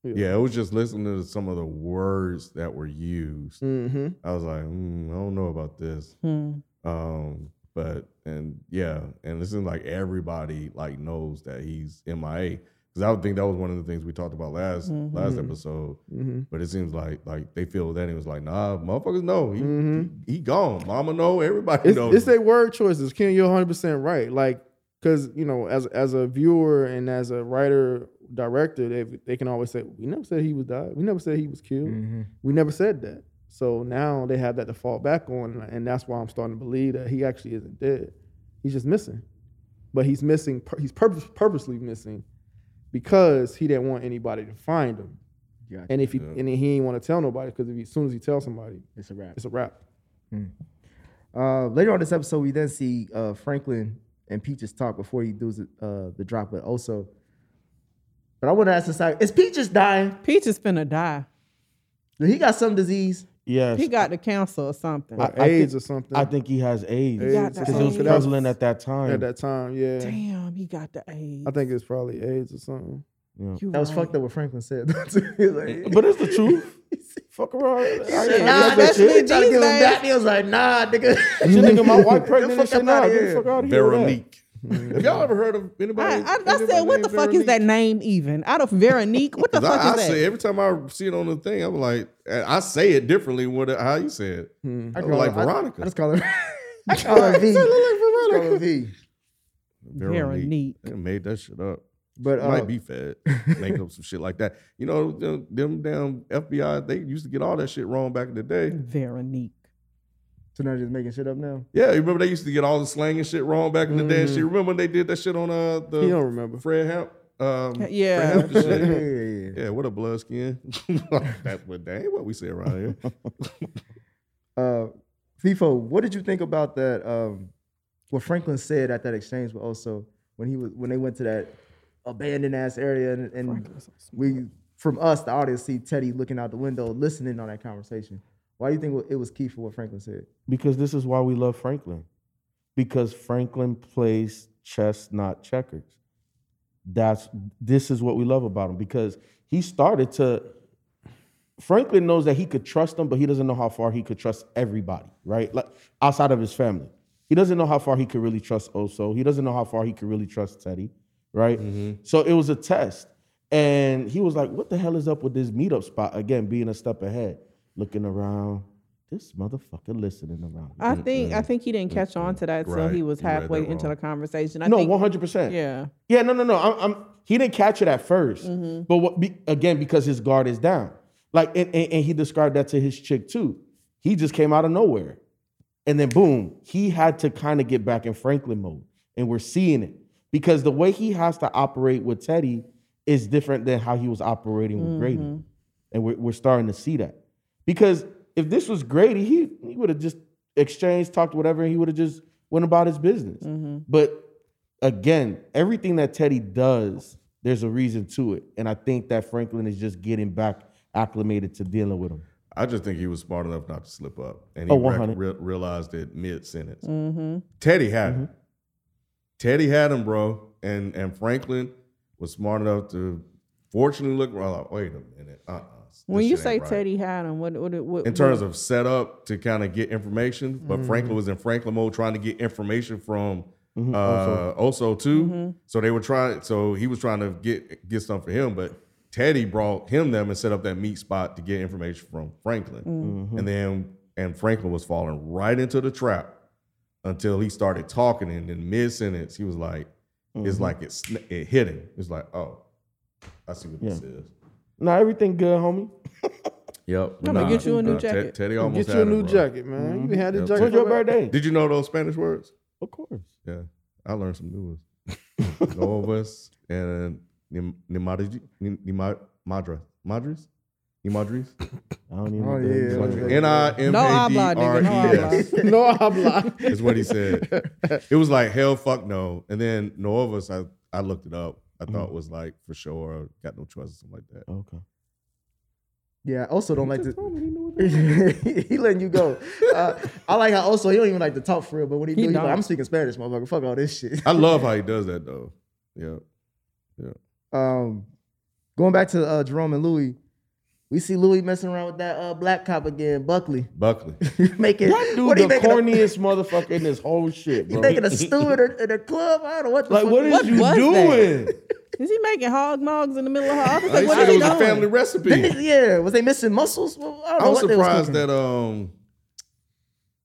Speaker 1: Yeah. It was just listening to some of the words that were used.
Speaker 10: Mm-hmm.
Speaker 1: I was like, mm, I don't know about this.
Speaker 9: Hmm.
Speaker 1: Um, but and yeah, and this is like everybody like knows that he's MIA because I would think that was one of the things we talked about last
Speaker 9: Mm-hmm.
Speaker 1: last episode.
Speaker 10: Mm-hmm.
Speaker 1: But it seems like like they feel that he was like, nah, motherfuckers know he he, he gone. Mama know everybody
Speaker 10: Mm-hmm. It's,
Speaker 1: knows.
Speaker 10: it's a word choices. Ken, you're 100 percent right. Like, cause you know, as as a viewer and as a writer director, they they can always say, "We never said he was died. We never said he was killed. We never said that." So now they have that to fall back on, and that's why I'm starting to believe that he actually isn't dead. He's just missing, but he's missing. pur- He's purpose, purposely missing because he didn't want anybody to find him.
Speaker 8: Gotcha.
Speaker 10: And if he and he didn't want to tell nobody because as soon as he tells somebody,
Speaker 8: It's a wrap.
Speaker 10: it's a wrap.
Speaker 8: Uh, later on this episode, we then see uh, Franklin and Peaches talk before he does uh, the drop with Oso. But I want to ask society: Is Peaches dying?
Speaker 9: Peach is finna die.
Speaker 8: Did he got some disease?
Speaker 11: Yes,
Speaker 9: He got the cancer or something.
Speaker 10: Or
Speaker 11: I
Speaker 10: AIDS
Speaker 11: think-
Speaker 10: or something.
Speaker 11: I think he has AIDS
Speaker 9: got
Speaker 11: because
Speaker 9: the
Speaker 11: it was
Speaker 9: AIDS.
Speaker 11: prevalent at that time.
Speaker 10: at that time. Yeah,
Speaker 9: Damn, he got the AIDS.
Speaker 10: I think it's probably AIDS or something.
Speaker 9: You
Speaker 8: That was
Speaker 9: right.
Speaker 8: fucked up. What Franklin said. He was like-
Speaker 11: But it's the truth. Fuck around. I ain't
Speaker 8: He said,
Speaker 11: gonna
Speaker 8: nah,
Speaker 11: let that
Speaker 8: that's
Speaker 9: especially
Speaker 11: shit.
Speaker 8: me. Trying to give him
Speaker 9: these
Speaker 8: that. He was like, nah, nigga.
Speaker 11: Your nigga, my wife pregnant
Speaker 8: Get the
Speaker 11: and
Speaker 8: fuck
Speaker 11: shit.
Speaker 8: up outta
Speaker 11: Nah, get
Speaker 8: here.
Speaker 11: the fuck out of here. with that.
Speaker 1: Veronique. Have y'all ever heard of anybody?
Speaker 9: I, I, I
Speaker 1: anybody
Speaker 9: said, what the
Speaker 1: named
Speaker 9: fuck is that
Speaker 1: Veronique?
Speaker 9: name even? Out of Veronique? What the
Speaker 1: 'Cause
Speaker 9: fuck
Speaker 1: I, I
Speaker 9: is that?
Speaker 1: say every time I see it on the thing, I'm like, I I say it differently. What how you say it?
Speaker 8: I
Speaker 1: I'm
Speaker 8: call
Speaker 1: like
Speaker 8: her- I-
Speaker 1: Veronica.
Speaker 8: I just call her. I call her V. I call her V.
Speaker 9: Veronique.
Speaker 1: They made that shit up.
Speaker 8: But uh,
Speaker 1: might be fed. Make up some shit like that. You know, them, them damn FBI, they used to get all that shit wrong back in the
Speaker 9: Hmm.
Speaker 1: day.
Speaker 9: Veronique.
Speaker 8: so now you're just making shit up now.
Speaker 1: Yeah, you remember they used to get all the slang and shit wrong back in the day and shit. Remember when they did that shit on uh the
Speaker 10: He don't remember.
Speaker 1: Fred Hamp? Um,
Speaker 9: Yeah.
Speaker 1: Fred Hampton
Speaker 8: Yeah,
Speaker 1: shit.
Speaker 8: yeah, yeah.
Speaker 1: Yeah, what a blood skin. that, but that ain't what we say around here.
Speaker 8: Uh, FIFO, what did you think about that? Um, what Franklin said at that exchange, but also when he was when they went to that abandoned ass area, and, and we from us, the audience, see Teddy looking out the window, listening on that conversation. Why do you think it was key for what Franklin said?
Speaker 11: Because this is why we love Franklin. Because Franklin plays chess, not checkers. That's this is what we love about him because he started to Franklin knows that he could trust them, but he doesn't know how far he could trust everybody, right? Like outside of his family. He doesn't know how far he could really trust Oso. He doesn't know how far he could really trust Teddy, right? So it was a test. And he was like, what the hell is up with this meetup spot? Again, being a step ahead, looking around. This motherfucker listening around.
Speaker 9: I think I think he didn't catch on to that till
Speaker 1: Right.
Speaker 9: he
Speaker 1: You
Speaker 9: was
Speaker 1: read that
Speaker 9: halfway into
Speaker 1: wrong.
Speaker 9: the conversation. I
Speaker 11: no,
Speaker 9: think,
Speaker 11: one hundred percent.
Speaker 9: yeah.
Speaker 11: Yeah, no, no, no. I'm, I'm he didn't catch it at 1st but what, be, again because his guard is down. Like, and, and, and he described that to his chick too. He just came out of nowhere, and then boom, he had to kind of get back in Franklin mode, and we're seeing it because the way he has to operate with Teddy is different than how he was operating with Grady, and we're, we're starting to see that because if this was Grady, he he would have just exchanged, talked whatever, and he would have just went about his business. But again, everything that Teddy does, there's a reason to it. And I think that Franklin is just getting back acclimated to dealing with him.
Speaker 1: I just think he was smart enough not to slip up, and
Speaker 11: Oh,
Speaker 1: he rec-
Speaker 11: 100.
Speaker 1: re- realized it mid sentence. Teddy had him. Teddy had him, bro, and and Franklin was smart enough to fortunately look. Well, like, wait a minute. Uh-uh, this
Speaker 9: When you
Speaker 1: shit
Speaker 9: say
Speaker 1: ain't right.
Speaker 9: Teddy had him, what what, what
Speaker 1: in terms of setup to kind of get information, but
Speaker 10: Mm-hmm.
Speaker 1: Franklin was in Franklin mode trying to get information from
Speaker 10: Mm-hmm.
Speaker 1: uh, also too.
Speaker 9: Mm-hmm.
Speaker 1: So they were trying. So he was trying to get get something for him, but Teddy brought him them and set up that meet spot to get information from Franklin,
Speaker 9: Mm-hmm.
Speaker 10: Mm-hmm.
Speaker 1: and then and Franklin was falling right into the trap until he started talking, and in mid sentence he was like,
Speaker 10: Mm-hmm.
Speaker 1: "It's like it's it hit him." It's like, "Oh, I see what this is."
Speaker 11: Now everything good, homie.
Speaker 1: Yep.
Speaker 9: I'ma get you a new
Speaker 1: Ted-
Speaker 9: jacket.
Speaker 1: Teddy almost
Speaker 10: Get you a
Speaker 1: had him,
Speaker 10: new
Speaker 1: bro.
Speaker 10: jacket, man. You been had this
Speaker 1: Yep.
Speaker 10: jacket.
Speaker 11: When's your
Speaker 10: for a-
Speaker 11: birthday?
Speaker 1: Did you know those Spanish words?
Speaker 11: Of course.
Speaker 1: Yeah, I learned some new ones. Novas and Nim- Nimadri, Nim- Nima- Madra, Madres, Nimadres.
Speaker 11: I don't even
Speaker 10: Oh,
Speaker 11: know.
Speaker 10: yeah.
Speaker 1: N i m
Speaker 9: No
Speaker 1: a d
Speaker 9: habla,
Speaker 1: r
Speaker 9: nigga.
Speaker 1: e
Speaker 9: No habla.
Speaker 1: s
Speaker 10: no, I'm lying.
Speaker 1: is what he said. It was like hell, fuck no. And then Novas, I I looked it up. I thought was like for sure, got no trust or something like that.
Speaker 11: Okay.
Speaker 8: Yeah, I also don't like to. he letting you go. Uh, I like how also he don't even like to talk for real, but when he,
Speaker 9: He
Speaker 8: do, he's like,
Speaker 9: don't.
Speaker 8: I'm speaking Spanish, motherfucker. Fuck all this shit.
Speaker 1: I love how he does that though. Yeah,
Speaker 8: Um, going back to uh, Jerome and Louis, we see Louis messing around with that uh, black cop again, Buckley.
Speaker 1: Buckley.
Speaker 8: making
Speaker 11: That dude
Speaker 8: what he
Speaker 11: the
Speaker 8: making a,
Speaker 11: corniest motherfucker in this whole shit,
Speaker 8: he
Speaker 11: bro.
Speaker 8: making a steward at, at a club. I don't know what the
Speaker 11: like
Speaker 8: fuck.
Speaker 11: what is
Speaker 9: What
Speaker 11: you
Speaker 9: was
Speaker 11: doing?
Speaker 9: is he making hog mugs in the middle of her office?
Speaker 1: I said
Speaker 9: Like, what
Speaker 1: it
Speaker 9: is he
Speaker 1: was
Speaker 9: doing?
Speaker 1: a family recipe.
Speaker 8: Didn't- yeah, was they missing muscles? Well, I don't know
Speaker 1: I was
Speaker 8: what they was
Speaker 1: surprised
Speaker 8: cooking.
Speaker 1: that um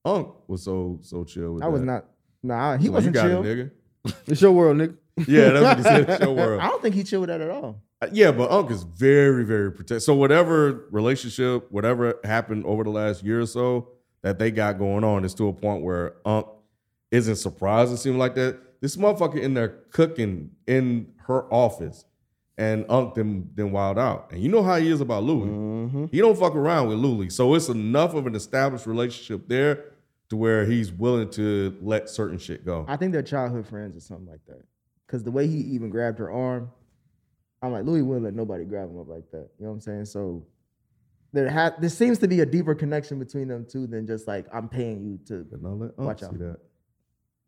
Speaker 1: Unc was so so chill with
Speaker 8: I was
Speaker 1: that.
Speaker 8: not. Nah, he
Speaker 1: Like,
Speaker 8: wasn't
Speaker 1: you got
Speaker 8: chill.
Speaker 1: It, nigga.
Speaker 10: It's your world, nigga.
Speaker 1: Yeah, that's what he said. It's your
Speaker 8: I
Speaker 1: world.
Speaker 8: don't think he chilled with that at all.
Speaker 1: Uh, Yeah, but Unc is very, very protective. So whatever relationship, whatever happened over the last year or so that they got going on is to a point where Unc isn't surprised it seemed like that. This motherfucker in there cooking in her office and Unc then then wild out. And you know how he is about Louis.
Speaker 8: Mm-hmm.
Speaker 1: He don't fuck around with Louis. So it's enough of an established relationship there to where he's willing to let certain shit go.
Speaker 8: I think they're childhood friends or something like that. Because the way he even grabbed her arm, I'm like Louis wouldn't let nobody grab him up like that. You know what I'm saying? So there ha- there seems to be a deeper connection between them two than just like I'm paying you to
Speaker 1: And I'll let Unc
Speaker 8: Watch
Speaker 1: see
Speaker 8: out.
Speaker 1: that.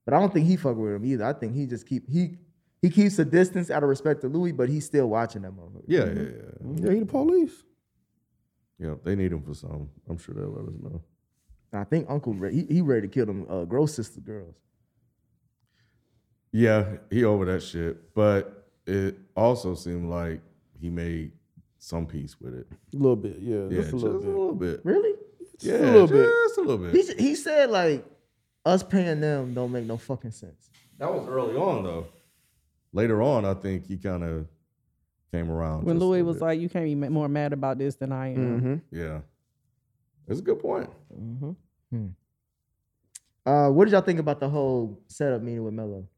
Speaker 8: But I don't think he fuck with him either. I think he just keep he he keeps a distance out of respect to Louis, but he's still watching that motherfucker.
Speaker 1: Yeah, yeah, yeah.
Speaker 8: Mm-hmm.
Speaker 10: Yeah, he the police.
Speaker 1: Yeah, they need him for something. I'm sure they'll let us know.
Speaker 8: And I think Uncle Ray, he, he ready to kill them uh, gross sister girls.
Speaker 1: Yeah, he over that shit. But it also seemed like he made some peace with it.
Speaker 10: A little bit, yeah.
Speaker 1: Yeah,
Speaker 10: just a little
Speaker 1: bit.
Speaker 10: bit.
Speaker 8: Really?
Speaker 1: Yeah,
Speaker 10: a little bit.
Speaker 1: Just a little bit.
Speaker 8: He he said like us paying them don't make no fucking sense.
Speaker 1: that was early on though. Later on, I think he kind of came around.
Speaker 9: when
Speaker 1: just a
Speaker 9: Louis
Speaker 1: little
Speaker 9: was
Speaker 1: bit.
Speaker 9: like, "You can't be ma- more mad about this than I am."
Speaker 1: "Yeah, that's a good point."
Speaker 8: Uh, what did y'all think about the whole setup meeting with Melo?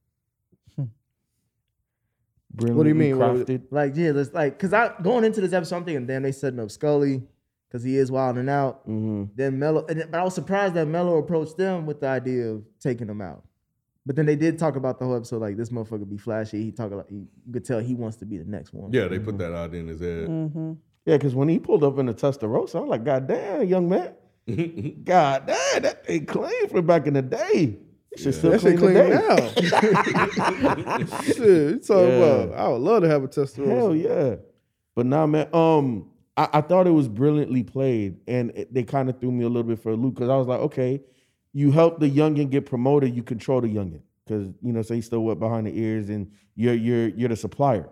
Speaker 11: Brilliantly
Speaker 10: What do you mean? What was
Speaker 11: Crafted.
Speaker 8: Like, yeah, let's like, cause I going into this episode, I'm thinking, damn, they setting up Scully, cause he is wilding out.
Speaker 11: Mhm.
Speaker 8: Then Mello, and, then- but I was surprised that Mello approached them with the idea of taking them out. But then they did talk about the whole episode, like this motherfucker be flashy. He talk like you could tell he wants to be the next one.
Speaker 1: Yeah, they put that idea in his head.
Speaker 11: Yeah, because when he pulled up in the Testarossa, I'm like, God damn, young man. God damn, that thing clean from back in the day. It should still
Speaker 10: That
Speaker 11: clean,
Speaker 10: shit clean
Speaker 11: today.
Speaker 10: now. shit, you talking
Speaker 11: Yeah.
Speaker 10: about? I would love to have a testosterone.
Speaker 11: Hell yeah. But nah, man. Um, I, I thought it was brilliantly played, and it, they kind of threw me a little bit for a loop because I was like, okay, you help the youngin get promoted, you control the youngin because you know, say he's still what behind the ears, and you're you're you're the supplier.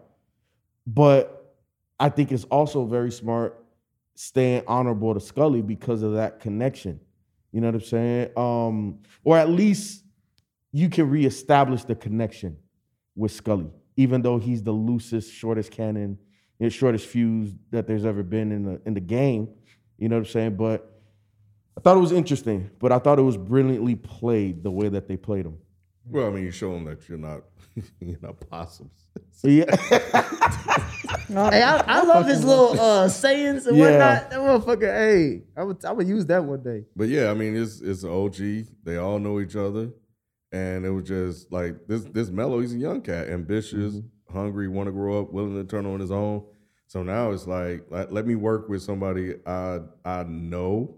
Speaker 11: But I think it's also very smart staying honorable to Scully because of that connection. You know what I'm saying? Um, or at least you can reestablish the connection with Scully, even though he's the loosest, shortest cannon, you know, shortest fuse that there's ever been in the in the game. You know what I'm saying? But I thought it was interesting, but I thought it was brilliantly played the way that they played him.
Speaker 1: Well, I mean, you show them that you're not you're not possums.
Speaker 11: Yeah,
Speaker 8: Hey, I, I love his little uh, sayings and
Speaker 11: Yeah.
Speaker 8: whatnot. That motherfucker, hey, I would, I would use that one day.
Speaker 1: But yeah, I mean, it's it's an OG. They all know each other, and it was just like this. This Mello, he's a young cat, ambitious,
Speaker 11: Mm-hmm.
Speaker 1: hungry, want to grow up, willing to turn on his own. So now it's like let, let me work with somebody I I know,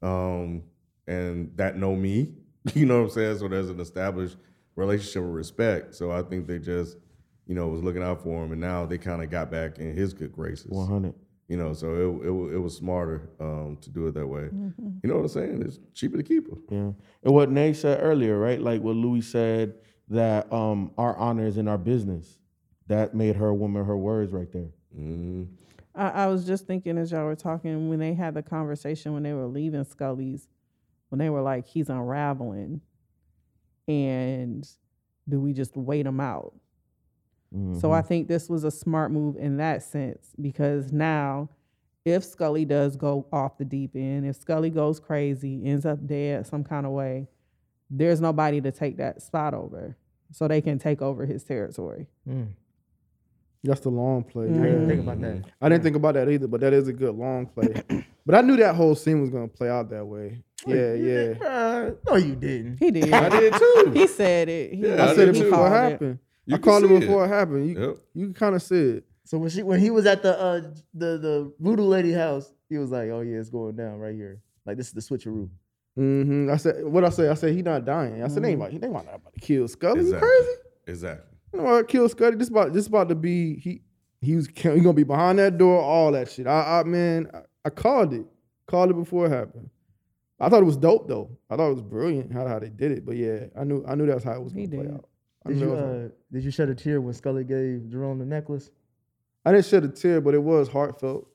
Speaker 1: um, and that know me. You know what I'm saying? So there's an established relationship of respect. So I think they just, you know, was looking out for him, and now they kind of got back in his good graces
Speaker 11: one hundred.
Speaker 1: you know so it, it, wa- it was smarter um, to do it that way you know what i'm saying it's cheaper to keep her
Speaker 11: Yeah, and what Nay said earlier, right? Like what Louis said that um, our honor is in our business. That made her a woman. Her words right there.
Speaker 9: I, I was just thinking as y'all were talking when they had the conversation when they were leaving Scully's, when they were like, he's unraveling. And do we just wait him out? So I think this was a smart move in that sense because now, if Scully does go off the deep end, if Scully goes crazy, ends up dead some kind of way, there's nobody to take that spot over. So they can take over his territory.
Speaker 10: That's the long play.
Speaker 8: I didn't
Speaker 10: yeah.
Speaker 8: think about that.
Speaker 10: I didn't think about that either, but that is a good long play. but I knew that whole scene was gonna play out that way. Yeah, yeah.
Speaker 11: Mm-hmm.
Speaker 8: Uh, no, you didn't.
Speaker 9: He did.
Speaker 1: i did too
Speaker 9: He said it. He,
Speaker 1: Yeah,
Speaker 10: I said it
Speaker 9: he
Speaker 10: before
Speaker 9: called
Speaker 10: it happened.
Speaker 1: You
Speaker 10: I
Speaker 1: can
Speaker 10: called it
Speaker 1: see
Speaker 10: before it, happened. You
Speaker 1: Yep.
Speaker 10: you kind of see it.
Speaker 8: So when she, when he was at the uh, the the voodoo lady house, he was like, oh yeah, it's going down right here. Like this is the switcheroo.
Speaker 10: hmm I said what I said. I said he not dying. I said they ain't about, they ain't about to kill Scully. You
Speaker 1: exactly
Speaker 10: crazy?
Speaker 1: exactly
Speaker 10: You know what? Kill Scuddy. This about this about to be he he was he gonna be behind that door. All that shit. I, I man, I, I called it. Called it before it happened. I thought it was dope though. I thought it was brilliant how, how they did it. But yeah, I knew I knew that's how it was
Speaker 9: He
Speaker 10: gonna play
Speaker 9: did.
Speaker 10: out. I,
Speaker 8: Did
Speaker 10: knew
Speaker 8: you
Speaker 10: that was-
Speaker 8: uh, did you shed a tear when Scully gave Jerome the necklace?
Speaker 10: I didn't shed a tear, but it was heartfelt.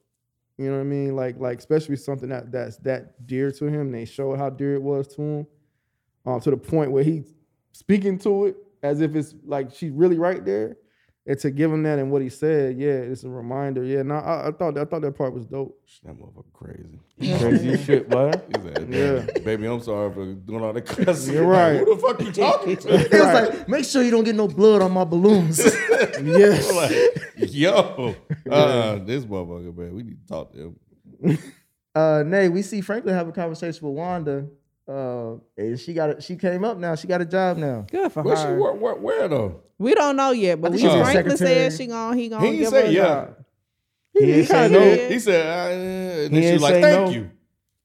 Speaker 10: You know what I mean? Like like especially something that that's that dear to him. They showed how dear it was to him, um, to the point where he speaking to it as if it's like she's really right there. And to give him that and what he said, yeah, it's a reminder. Yeah, no, I, I thought I thought that part was dope.
Speaker 1: that motherfucker crazy
Speaker 11: Crazy as shit, what?
Speaker 1: He said,
Speaker 10: Yeah.
Speaker 1: baby i'm sorry for doing all that cussing
Speaker 10: You're right.
Speaker 1: Like, who the fuck you talking to
Speaker 8: It was like, make sure you don't get no blood on my balloons.
Speaker 10: Yes.
Speaker 1: yo uh, this motherfucker man we need to talk to him
Speaker 8: uh, Nay, we see Franklin have a conversation with Wanda, uh, and she got a, she came up now. She got a job now.
Speaker 9: Good for
Speaker 1: where she
Speaker 9: her.
Speaker 1: work where, where though
Speaker 9: We don't know yet, but we
Speaker 8: she's a
Speaker 9: Franklin
Speaker 8: secretary.
Speaker 9: said she gon' he gon'
Speaker 1: he ain't
Speaker 9: give her
Speaker 1: say
Speaker 9: a
Speaker 1: yeah
Speaker 9: job.
Speaker 11: He ain't say
Speaker 9: kinda
Speaker 11: no.
Speaker 9: did.
Speaker 1: he said uh, and
Speaker 11: He
Speaker 1: then
Speaker 11: ain't
Speaker 1: she's like
Speaker 11: say
Speaker 1: thank
Speaker 11: no.
Speaker 1: you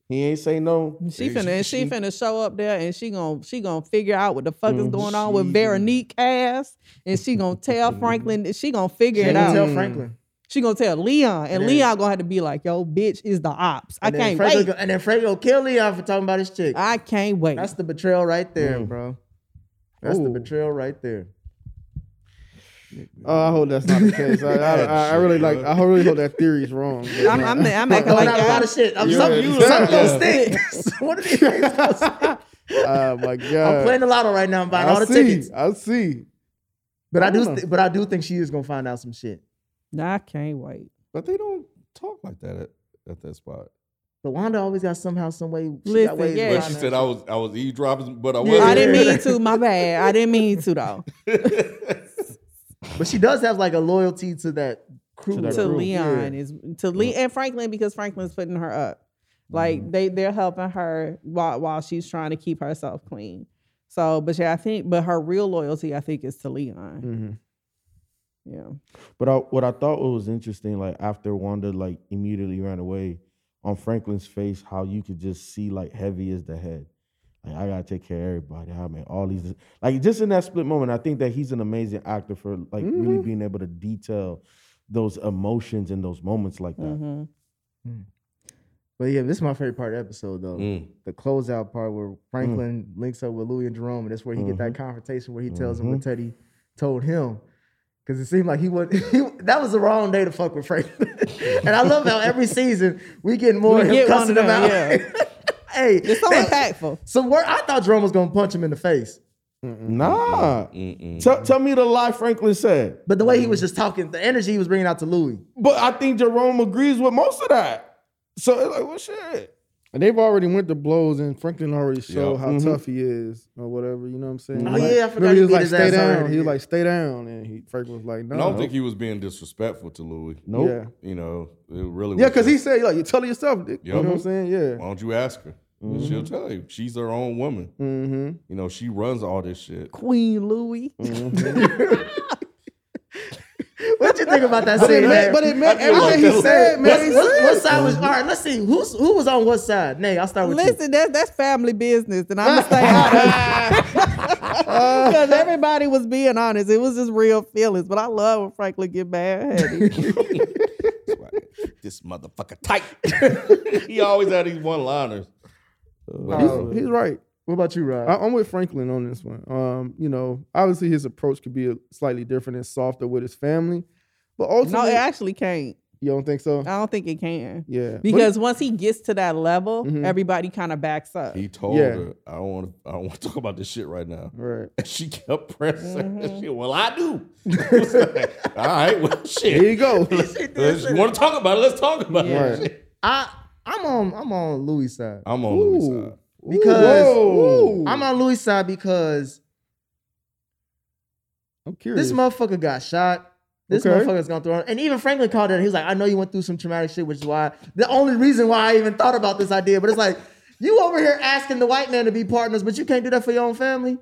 Speaker 11: He ain't say no.
Speaker 9: She
Speaker 1: Hey,
Speaker 9: finna she,
Speaker 1: she-
Speaker 9: finna show up there and she gon' she gonna figure out what the fuck is
Speaker 11: Mhm.
Speaker 9: going on with
Speaker 8: Mm-hmm.
Speaker 11: She-
Speaker 9: Veronique ass and she gonna tell Franklin that she gonna figure
Speaker 8: She
Speaker 9: it
Speaker 8: gonna
Speaker 9: out.
Speaker 8: tell Franklin.
Speaker 9: she gonna tell Leon and
Speaker 8: then-
Speaker 9: Leon gonna have to be like, yo, bitch is the ops. I
Speaker 8: And then
Speaker 9: Mm. can't
Speaker 8: Franklin
Speaker 9: wait.
Speaker 8: go- and then Franklin gonna kill Leon for talking about his chick.
Speaker 9: I can't wait.
Speaker 8: That's the betrayal right there, bro. That's the
Speaker 10: Ooh.
Speaker 8: betrayal right there.
Speaker 10: Oh, I hope that's not the case. I, I, I, I really like. I really hope that theory is wrong. but-
Speaker 9: I'm I'm, I'm acting
Speaker 8: Throwing
Speaker 9: like
Speaker 8: out a lot
Speaker 9: that.
Speaker 8: of shit. I'm some,
Speaker 10: Yeah.
Speaker 8: some
Speaker 10: Yeah.
Speaker 8: gonna stick. One of these things gonna stick.
Speaker 10: oh my god!
Speaker 8: I'm playing the lotto right now. I'm buying
Speaker 10: I
Speaker 8: all the
Speaker 10: see,
Speaker 8: tickets.
Speaker 10: I see.
Speaker 8: But I do,
Speaker 10: don't know.
Speaker 8: th- but I do think she is gonna find out some shit.
Speaker 9: I can't wait.
Speaker 1: but they don't talk like that at, at that spot
Speaker 8: But Wanda always got somehow, some way. She
Speaker 9: Listen,
Speaker 8: got ways
Speaker 9: yeah.
Speaker 1: but
Speaker 8: around
Speaker 1: she
Speaker 8: that.
Speaker 1: said i was i was eavesdropping but i
Speaker 8: Yeah.
Speaker 1: wasn't
Speaker 9: I didn't mean to, my bad. I didn't mean to though.
Speaker 8: But she does have like a loyalty to that crew.
Speaker 11: that
Speaker 8: though.
Speaker 9: to
Speaker 11: crew.
Speaker 9: Leon is to Lee and Franklin because Franklin's putting her up. Like they they're helping her while while she's trying to keep herself clean. So, but yeah, I think but her real loyalty I think is to Leon.
Speaker 10: Mhm.
Speaker 9: Yeah.
Speaker 11: But I, what I thought was interesting, like after Wanda like immediately ran away, on Franklin's face how you could just see like heavy is the head. Like I gotta take care of everybody. I mean, all these like just in that split moment, I think that he's an amazing actor for like
Speaker 10: Mm-hmm.
Speaker 11: really being able to detail those emotions in those moments like that.
Speaker 10: Mm-hmm.
Speaker 8: But yeah, this is my favorite part of the episode though.
Speaker 10: Mm.
Speaker 8: The closeout part where Franklin links up with Louis and Jerome, and that's where he get
Speaker 10: Mm-hmm.
Speaker 8: that confrontation where he tells him what Teddy told him. Cause it seemed like he was that was the wrong day to fuck with Franklin. and I love how every season we get more
Speaker 9: We
Speaker 8: of him
Speaker 9: get one
Speaker 8: cussing
Speaker 9: of
Speaker 8: him out.
Speaker 9: them,
Speaker 8: hey,
Speaker 9: It's so
Speaker 8: that-
Speaker 9: impactful.
Speaker 8: So where I thought Jerome was gonna punch him in the face.
Speaker 11: Nah.
Speaker 1: Mm-hmm.
Speaker 11: Tell, tell me the lie Franklin said.
Speaker 8: But the way
Speaker 10: Mm-hmm.
Speaker 8: he was just talking, the energy he was bringing out to Louis.
Speaker 11: But I think Jerome agrees with most of that. So it's like, well, shit.
Speaker 10: And they've already went to blows, and Franklin already showed
Speaker 1: Yeah.
Speaker 10: how tough he is, or whatever. You know what I'm saying?
Speaker 8: Oh,
Speaker 10: Like,
Speaker 8: yeah, I forgot
Speaker 10: remember
Speaker 8: he
Speaker 10: He was
Speaker 8: beat
Speaker 10: like,
Speaker 8: his
Speaker 10: "Stay
Speaker 8: ass
Speaker 10: down."
Speaker 8: already.
Speaker 10: He was like, "Stay down," and he, Franklin was like, "No."
Speaker 1: And I don't think he was being disrespectful to Louis.
Speaker 11: Nope.
Speaker 10: Yeah,
Speaker 1: You know, it really.
Speaker 10: yeah,
Speaker 1: was
Speaker 10: because
Speaker 1: just-
Speaker 10: he said, "Like, you tell her yourself." dick." You
Speaker 1: Yup.
Speaker 10: know what I'm saying? Yeah.
Speaker 1: Why don't you ask her? She'll tell you. She's her own woman.
Speaker 10: Mm-hmm.
Speaker 1: You know, she runs all this shit.
Speaker 9: Queen Louis.
Speaker 8: What you think about that
Speaker 10: But
Speaker 8: scene,
Speaker 10: it meant,
Speaker 8: man?
Speaker 10: but it meant
Speaker 1: I do like
Speaker 10: everything he
Speaker 1: that.
Speaker 10: said,
Speaker 8: What,
Speaker 10: man.
Speaker 8: what, what side was all right? Let's see who's who was on what side. Nay, I'll start with you.
Speaker 9: Listen, that's that's family business, and I'm gonna stay out because everybody was being honest. It was just real feelings, but I love when Franklin get mad. at him.
Speaker 1: this motherfucker tight. he always had these one liners.
Speaker 10: He's- He's right.
Speaker 8: What about you, Rod?
Speaker 10: I, I'm with Franklin on this one. Um, you know, obviously his approach could be a, slightly different and softer with his family, but
Speaker 9: no,
Speaker 10: ultimately,
Speaker 9: it actually can't.
Speaker 10: you don't think so?
Speaker 9: I don't think it can
Speaker 10: yeah,
Speaker 9: because once he gets to that level,
Speaker 10: Mhm.
Speaker 9: everybody kind of backs up.
Speaker 1: He told
Speaker 10: Yeah.
Speaker 1: her, "I don't want to. I don't want to talk about this shit right now."
Speaker 10: But- right. Mm-hmm.
Speaker 1: And she kept pressing. Shit, well, I do. I was like, all right, well, shit.
Speaker 10: There you go.
Speaker 1: If you want to talk about it? Let's talk about
Speaker 9: Yeah.
Speaker 1: it. Shit.
Speaker 8: I I'm on I'm on Louis side
Speaker 1: I'm on Louis'
Speaker 10: Ooh.
Speaker 1: side.
Speaker 8: because
Speaker 10: Whoa.
Speaker 8: I'm on Louis side because
Speaker 10: I'm curious.
Speaker 8: this motherfucker got shot. This
Speaker 10: Okay.
Speaker 8: motherfucker's gonna throw and even Franklin called it. He was like, I know you went through some traumatic shit, which is why the only reason why I even thought about this idea. But it's like you over here asking the white man to be partners, but you can't do that for your own family.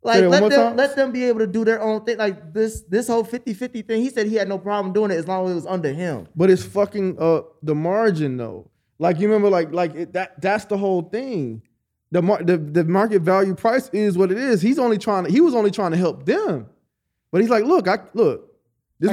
Speaker 8: Like
Speaker 10: Say it one
Speaker 8: let
Speaker 10: more
Speaker 8: them
Speaker 10: time.
Speaker 8: let them be able to do their own thing. Like this this whole 50-50 thing, he said he had no problem doing it as long as it was under him.
Speaker 10: but it's fucking up the margin though. Like you remember, like like it, that. That's the whole thing. The, mar- the the market value price is what it is. He's only trying. To, he was only trying to help them, but he's like, look, I look. This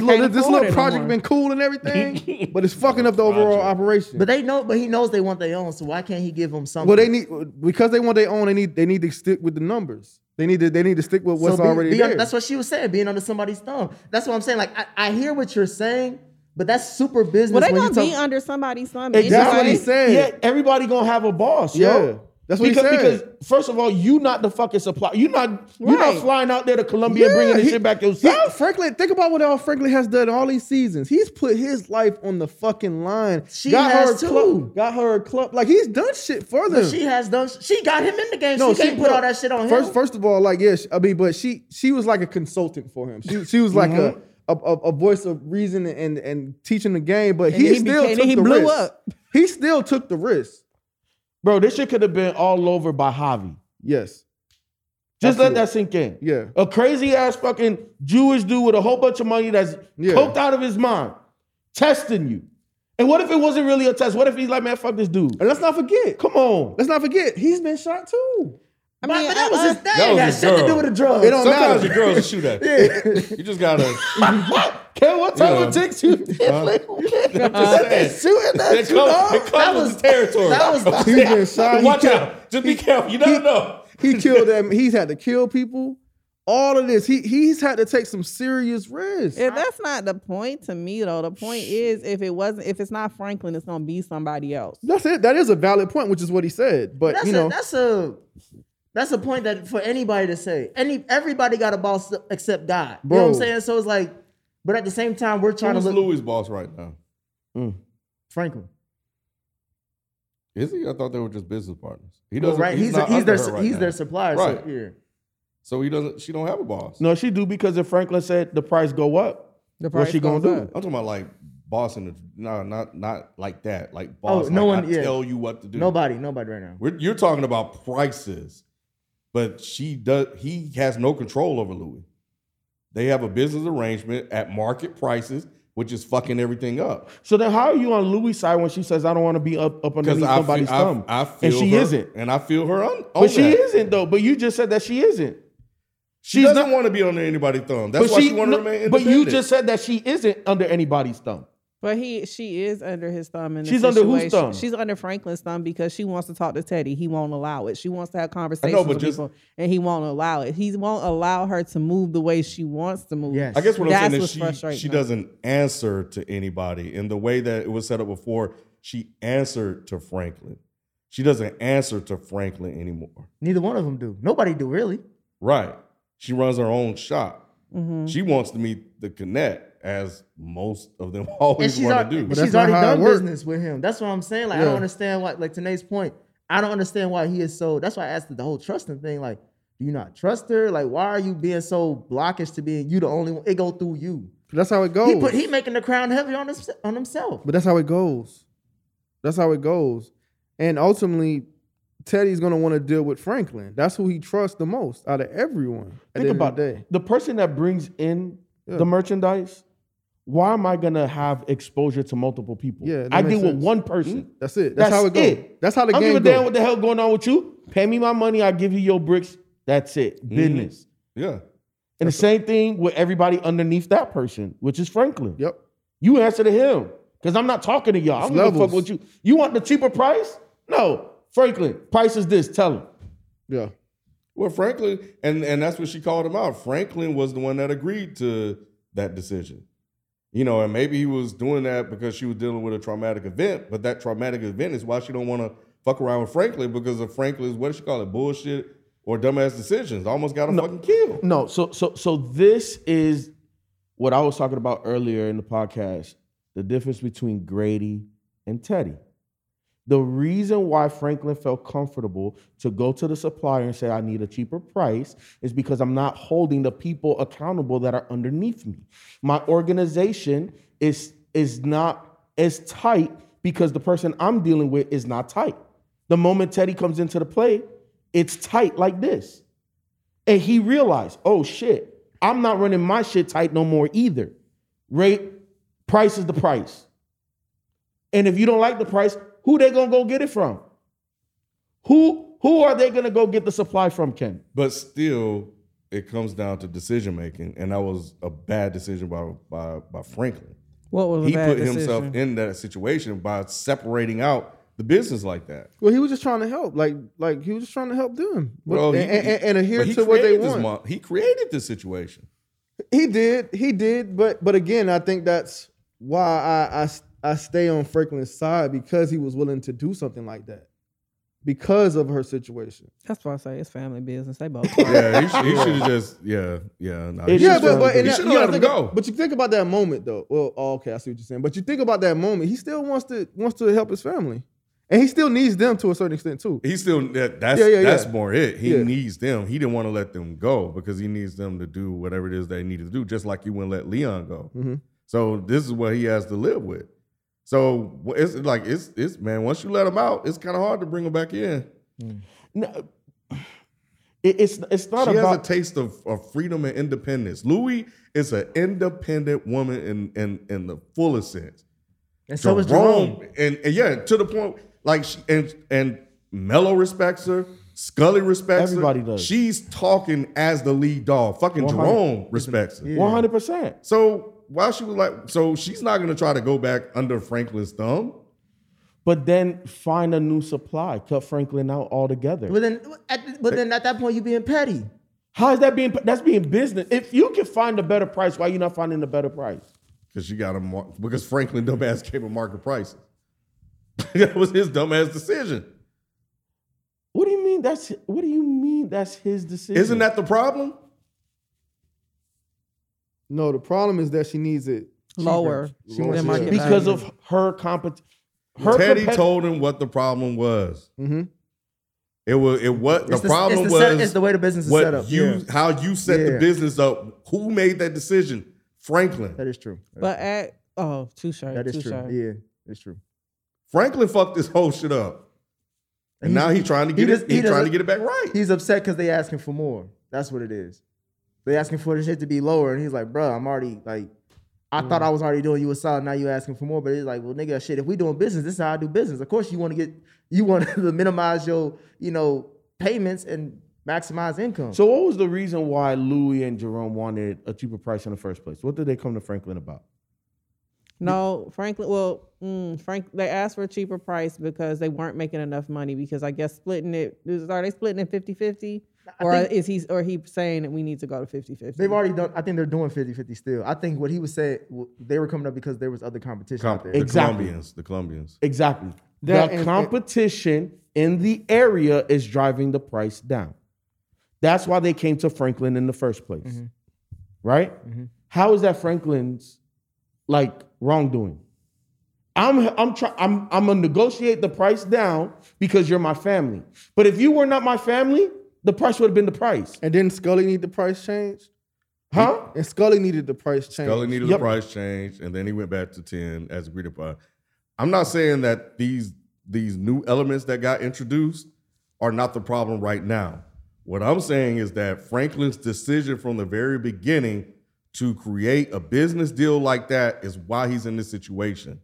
Speaker 9: I
Speaker 10: little
Speaker 9: can't
Speaker 10: this
Speaker 9: afford
Speaker 10: little
Speaker 9: it no
Speaker 10: project
Speaker 9: more."
Speaker 10: been cool and everything, but it's fucking up the overall
Speaker 1: Project.
Speaker 10: operation.
Speaker 8: But they know, but he knows they want their own, so why can't he give them something?
Speaker 10: well, they need because they want their own. They need they need to stick with the numbers. They need to they need to stick with
Speaker 8: So
Speaker 10: what's
Speaker 8: be-
Speaker 10: already
Speaker 8: be
Speaker 10: there.
Speaker 8: un- that's what she was saying, being under somebody's thumb. That's what I'm saying. Like I, I hear what you're saying, but that's super business.
Speaker 9: well, they
Speaker 8: when you
Speaker 9: gonna be
Speaker 8: talk-
Speaker 9: under somebody's thumb.
Speaker 10: That's what
Speaker 9: anyway.
Speaker 10: he said.
Speaker 11: Yeah, everybody gonna have a boss.
Speaker 10: yeah,
Speaker 11: yo.
Speaker 10: that's what
Speaker 11: because,
Speaker 10: he said.
Speaker 11: Because first of all, you not the fucking supply. You not you
Speaker 9: Right.
Speaker 11: not flying out there to Colombia
Speaker 10: Yeah,
Speaker 11: and bringing this
Speaker 10: he-
Speaker 11: shit back
Speaker 10: Yeah,
Speaker 11: yourself.
Speaker 10: Franklin, think about what all Franklin has done all these seasons. He's put his life on the fucking line.
Speaker 8: She
Speaker 10: got her
Speaker 8: has
Speaker 10: a club,
Speaker 8: too.
Speaker 10: got her a club. Like he's done shit for them.
Speaker 8: But she has done. She got him in the game. she, can't put
Speaker 10: no.
Speaker 8: all that shit on
Speaker 10: First,
Speaker 8: him.
Speaker 10: first of all, like yeah, she- I mean, but she she was like a consultant for him. She she was like a, a
Speaker 11: Mm-hmm.
Speaker 10: a a voice of reason and and teaching the game. But
Speaker 9: And
Speaker 10: he
Speaker 9: then he
Speaker 10: still
Speaker 9: became-
Speaker 10: took
Speaker 9: then he
Speaker 10: the
Speaker 9: blew
Speaker 10: risk.
Speaker 9: up.
Speaker 10: He still took the risk.
Speaker 11: Bro, this shit could have been all over by Javi.
Speaker 10: Yes.
Speaker 11: Just
Speaker 10: Absolutely.
Speaker 11: let that sink in.
Speaker 10: Yeah.
Speaker 11: A crazy ass fucking Jewish dude with a whole bunch of money that's
Speaker 10: Yeah.
Speaker 11: coked out of his mind, testing you. And what if it wasn't really a test? What if he's like, man, fuck this dude?
Speaker 10: And let's not forget.
Speaker 11: Come on.
Speaker 10: Let's not forget. He's been shot too.
Speaker 9: I
Speaker 8: but,
Speaker 9: mean,
Speaker 8: but that was
Speaker 9: uh,
Speaker 8: his thing. That,
Speaker 1: was
Speaker 8: had
Speaker 1: his
Speaker 8: shit to
Speaker 1: girl.
Speaker 8: do with the drugs.
Speaker 10: It don't
Speaker 1: Sometimes
Speaker 10: matter.
Speaker 1: your girls will shoot at you. You just gotta.
Speaker 11: Ken, what time
Speaker 1: Yeah.
Speaker 11: it takes you?
Speaker 1: Just saying.
Speaker 11: Shooting that
Speaker 1: It
Speaker 11: you know?
Speaker 1: comes, it comes
Speaker 8: That
Speaker 1: with
Speaker 8: was-
Speaker 1: the territory.
Speaker 8: that was-
Speaker 10: He's been shot. He
Speaker 1: Watch
Speaker 10: killed-
Speaker 1: out. Just be careful. You never know.
Speaker 10: He killed them. He's had to kill people. All of this. He he's had to take some serious risks.
Speaker 9: If that's not the point to me though, the point is if it wasn't if it's not Franklin, it's gonna be somebody else.
Speaker 10: That's it. That is a valid point, which is what he said. But
Speaker 8: that's
Speaker 10: you know,
Speaker 8: a, that's a that's a point that for anybody to say. Any everybody got a boss except God. You know what I'm
Speaker 10: Bro.
Speaker 8: saying? So it's like, but at the same time, we're trying
Speaker 1: Who's
Speaker 8: to look
Speaker 1: Louis' boss right now?
Speaker 8: Franklin.
Speaker 1: Is he? I thought they were just business partners. He
Speaker 8: Well,
Speaker 1: doesn't.
Speaker 8: right? He's
Speaker 1: He's,
Speaker 8: a-
Speaker 1: not
Speaker 8: he's
Speaker 1: under
Speaker 8: their
Speaker 1: her
Speaker 8: su-
Speaker 1: right
Speaker 8: he's
Speaker 1: now.
Speaker 8: their supplier.
Speaker 1: Right.
Speaker 8: So yeah.
Speaker 1: So he doesn't. She don't have a boss.
Speaker 11: No, she do because if Franklin said the price go up,
Speaker 9: The
Speaker 11: What's she gonna
Speaker 9: goes
Speaker 11: do?
Speaker 9: up.
Speaker 1: I'm talking about like boss in the no, not not like that. Like boss.
Speaker 8: Oh, no
Speaker 1: like
Speaker 8: one-
Speaker 1: I
Speaker 8: yeah.
Speaker 1: tell you what to do.
Speaker 8: Nobody, nobody right now.
Speaker 1: We're, you're talking about prices, but she does. He has no control over Louis. They have a business arrangement at market prices. which is fucking everything up.
Speaker 11: So then, how are you on Louis' side when she says, "I don't want to be up up underneath
Speaker 1: Because I,
Speaker 11: somebody's
Speaker 1: fe- I,
Speaker 11: thumb"?
Speaker 1: I feel
Speaker 11: and she
Speaker 1: her-
Speaker 11: isn't.
Speaker 1: and I feel her on. on
Speaker 11: But she
Speaker 1: that.
Speaker 11: isn't though. But you just said that she isn't.
Speaker 1: She doesn't want to be under anybody's thumb. That's
Speaker 11: but
Speaker 1: why she, want to
Speaker 11: no,
Speaker 1: remain.
Speaker 11: But you
Speaker 1: independent.
Speaker 11: just said that she isn't under anybody's thumb.
Speaker 9: But he, she is under his thumb. In the
Speaker 11: She's under whose
Speaker 9: situation.
Speaker 11: thumb?
Speaker 9: She's under Franklin's thumb because she wants to talk to Teddy. He won't allow it. She wants to have conversations
Speaker 1: but
Speaker 9: with
Speaker 1: just-
Speaker 9: people, and he won't allow it. He won't allow her to move the way she wants to move.
Speaker 8: Yes.
Speaker 1: I guess what I'm
Speaker 9: That's what's
Speaker 1: saying is she,
Speaker 9: frustrating
Speaker 1: she
Speaker 9: her.
Speaker 1: doesn't answer to anybody in the way that it was set up before. She answered to Franklin. She doesn't answer to Franklin anymore.
Speaker 8: Neither one of them do. Nobody do really.
Speaker 1: Right. She runs her own shop. She wants to meet the connect as most of them
Speaker 8: And
Speaker 1: always
Speaker 8: she's
Speaker 1: want to
Speaker 8: already,
Speaker 1: do.
Speaker 10: that's
Speaker 8: she's
Speaker 10: not
Speaker 8: already
Speaker 10: how it
Speaker 8: done
Speaker 10: works.
Speaker 8: business with him. That's what I'm saying. Like I
Speaker 10: Yeah.
Speaker 8: don't understand why. Like Tanae's point, I don't understand why he is so. That's why I asked the whole trusting thing. Like, do you not trust her? Like, why are you being so blockish to being you the only one? It go through you.
Speaker 10: That's how it goes.
Speaker 8: He put he making the crown heavy on his, on himself.
Speaker 10: But that's how it goes. That's how it goes. And ultimately, Teddy's gonna want to deal with Franklin. That's who he trusts the most out of everyone. at the
Speaker 11: Think
Speaker 10: end of
Speaker 11: about
Speaker 10: the day.
Speaker 11: that. The person that brings in
Speaker 10: Yeah.
Speaker 11: the merchandise, why am I gonna have exposure to multiple people?
Speaker 10: Yeah, that
Speaker 11: I
Speaker 10: makes
Speaker 11: deal with
Speaker 10: sense.
Speaker 11: one person.
Speaker 10: That's it. That's, how it goes. That's how the
Speaker 11: I don't
Speaker 10: game
Speaker 11: give a
Speaker 10: goes.
Speaker 11: damn what the hell going on with you. Pay me my money. I give you your bricks. That's it.
Speaker 10: Hmm.
Speaker 11: Business.
Speaker 1: Yeah.
Speaker 11: And the same thing with everybody underneath that person, which is Franklin.
Speaker 10: yep.
Speaker 11: You answer to him because I'm not talking to y'all.
Speaker 10: It's
Speaker 11: I'm gonna fuck
Speaker 10: levels.
Speaker 11: with you. You want the cheaper price? No, Franklin. Price is this. Tell him.
Speaker 10: Yeah.
Speaker 1: Well, Franklin, and and that's what she called him out. Franklin was the one that agreed to that decision. You know, and maybe he was doing that because she was dealing with a traumatic event, but that traumatic event is why she don't want to fuck around with Franklin because of Franklin's what does she call it? Bullshit or dumbass decisions. Almost got him fucking killed.
Speaker 11: No, so so so this is what I was talking about earlier in the podcast, the difference between Grady and Teddy. The reason why Franklin felt comfortable to go to the supplier and say I need a cheaper price is because I'm not holding the people accountable that are underneath me. My organization is is not as tight because the person I'm dealing with is not tight. The moment Teddy comes into the play, it's tight like this. And he realized, oh shit, I'm not running my shit tight no more either. Rate, price is the price. And if you don't like the price, who they gonna go get it from? Who who are they gonna go get the supply from, Ken?
Speaker 1: But still, it comes down to decision making, and that was a bad decision by by by Franklin.
Speaker 9: What was a
Speaker 1: He
Speaker 9: bad
Speaker 1: put himself
Speaker 9: decision?
Speaker 1: in that situation by separating out the business like that.
Speaker 10: Well, he was just trying to help. Like, like he was just trying to help them. But-
Speaker 1: Bro, he-
Speaker 10: and, and, and adhere
Speaker 1: but he
Speaker 10: to what they
Speaker 1: created this
Speaker 10: want.
Speaker 1: mo- He created this situation.
Speaker 10: He did. He did. But but again, I think that's why I I s- I stay on Franklin's side because he was willing to do something like that because of her situation.
Speaker 9: That's why I say it's family business. They both.
Speaker 1: Yeah, he, should have just yeah yeah. nah, he
Speaker 11: It is
Speaker 10: Yeah,
Speaker 1: should've-
Speaker 10: but but
Speaker 1: he
Speaker 10: and that-
Speaker 1: should
Speaker 10: you
Speaker 1: have
Speaker 10: gotta
Speaker 1: let him
Speaker 10: think of-
Speaker 1: go.
Speaker 10: But you think about that moment though. Well, oh, okay, I see what you're saying. But you think about that moment. He still wants to wants to help his family, and he still needs them to a certain extent too.
Speaker 1: he still that, that's
Speaker 10: Yeah, yeah,
Speaker 1: that's
Speaker 10: yeah.
Speaker 1: more it. He
Speaker 10: Yeah.
Speaker 1: needs them. He didn't want to let them go because he needs them to do whatever it is they needed to do. Just like you wouldn't let Leon go.
Speaker 10: Mhm.
Speaker 1: So this is what he has to live with. So wh- it's like it's it's man. Once you let him out, it's kind of hard to bring him back in.
Speaker 11: No, it- it's it's not
Speaker 1: she
Speaker 11: about
Speaker 1: has a taste of, of freedom and independence. Louis is an independent woman in in in the fullest sense.
Speaker 8: And so is Jerome.
Speaker 1: Jerome, and, and yeah, to the point like she, and and Mello respects her. Scully respects
Speaker 11: Everybody
Speaker 1: her.
Speaker 11: does.
Speaker 1: She's talking as the lead dog. Fucking
Speaker 11: 100.
Speaker 1: Jerome respects her.
Speaker 11: 100 percent
Speaker 1: So while she was like, so she's not gonna try to go back under Franklin's thumb.
Speaker 11: But then find a new supply. Cut Franklin out altogether.
Speaker 8: But then, at, but then at that point, you being petty.
Speaker 11: How is that being that's being business? If you can find a better price, why you not finding a better price?
Speaker 1: Because she got him mar- because Franklin dumbass gave him market prices. that was his dumbass decision.
Speaker 11: What do you mean that's what do you mean that's his decision?
Speaker 1: Isn't that the problem?
Speaker 10: No, the problem is that she needs it.
Speaker 9: lower
Speaker 10: She wants
Speaker 9: than
Speaker 10: to-
Speaker 9: market
Speaker 11: because
Speaker 9: value.
Speaker 11: of her compet her
Speaker 1: Teddy
Speaker 11: compet-
Speaker 1: told him what the problem was.
Speaker 10: Mhm.
Speaker 1: It was it what the,
Speaker 8: Mm-hmm. It's the-
Speaker 1: problem
Speaker 8: it's the
Speaker 1: was.
Speaker 8: set- it's the way the business is
Speaker 1: what
Speaker 8: set up.
Speaker 1: You,
Speaker 8: Yeah.
Speaker 1: How you set the
Speaker 10: Yeah.
Speaker 1: business up? Who made that decision?
Speaker 8: That
Speaker 1: Franklin.
Speaker 8: is true.
Speaker 9: But at oh, too sharp.
Speaker 8: That
Speaker 9: too
Speaker 8: is true.
Speaker 9: Sharp.
Speaker 8: Yeah, it's true.
Speaker 1: Franklin fucked this whole shit up, and
Speaker 8: He's-
Speaker 1: now he's trying to get
Speaker 8: he
Speaker 1: it.
Speaker 8: does- he
Speaker 1: He's trying to
Speaker 8: doesn't-
Speaker 1: get it back right.
Speaker 8: He's upset because they asking for more. That's what it is. They asking for the shit to be lower, and he's like, "Bruh, I'm already like,
Speaker 10: I thought I was already doing you a solid. Now you asking for more, but it's like, well, nigga, shit. If we doing business, this is how I do business. Of course, you want to get, you want to minimize your, you know, payments and maximize income.
Speaker 8: So what was the reason why Louis and Jerome wanted a cheaper price in the first place? What did they come to Franklin about?
Speaker 9: No, Franklin. Well, mm, Frank. They asked for a cheaper price because they weren't making enough money. Because I guess splitting it is- are they splitting it 50-50? or
Speaker 10: think-
Speaker 9: is he or he saying that we need to go to 50-50?
Speaker 10: They've already done. I think they're doing 50-50 still. I think what he was saying, w- they were coming up because there was other competition out
Speaker 1: Com-
Speaker 10: there.
Speaker 1: the
Speaker 8: Exactly.
Speaker 1: Colombians, the Colombians.
Speaker 8: Exactly.
Speaker 11: That
Speaker 8: the
Speaker 11: and-
Speaker 8: competition in the area is driving the price down. That's why they came to Franklin in the first place. Right? How is that Franklin's like wrongdoing? I'm I'm try, I'm I'm gonna negotiate the price down because you're my family. But if you were not my family, the price would have been the price.
Speaker 11: And then Scully need the price changed.
Speaker 8: Huh?
Speaker 11: And Scully needed the price change.
Speaker 1: Scully needed
Speaker 8: Yep.
Speaker 1: the price change, and then he went back to ten as agreed upon. I'm not saying that these these new elements that got introduced are not the problem right now. What I'm saying is that Franklin's decision from the very beginning to create a business deal like that is why he's in this situation.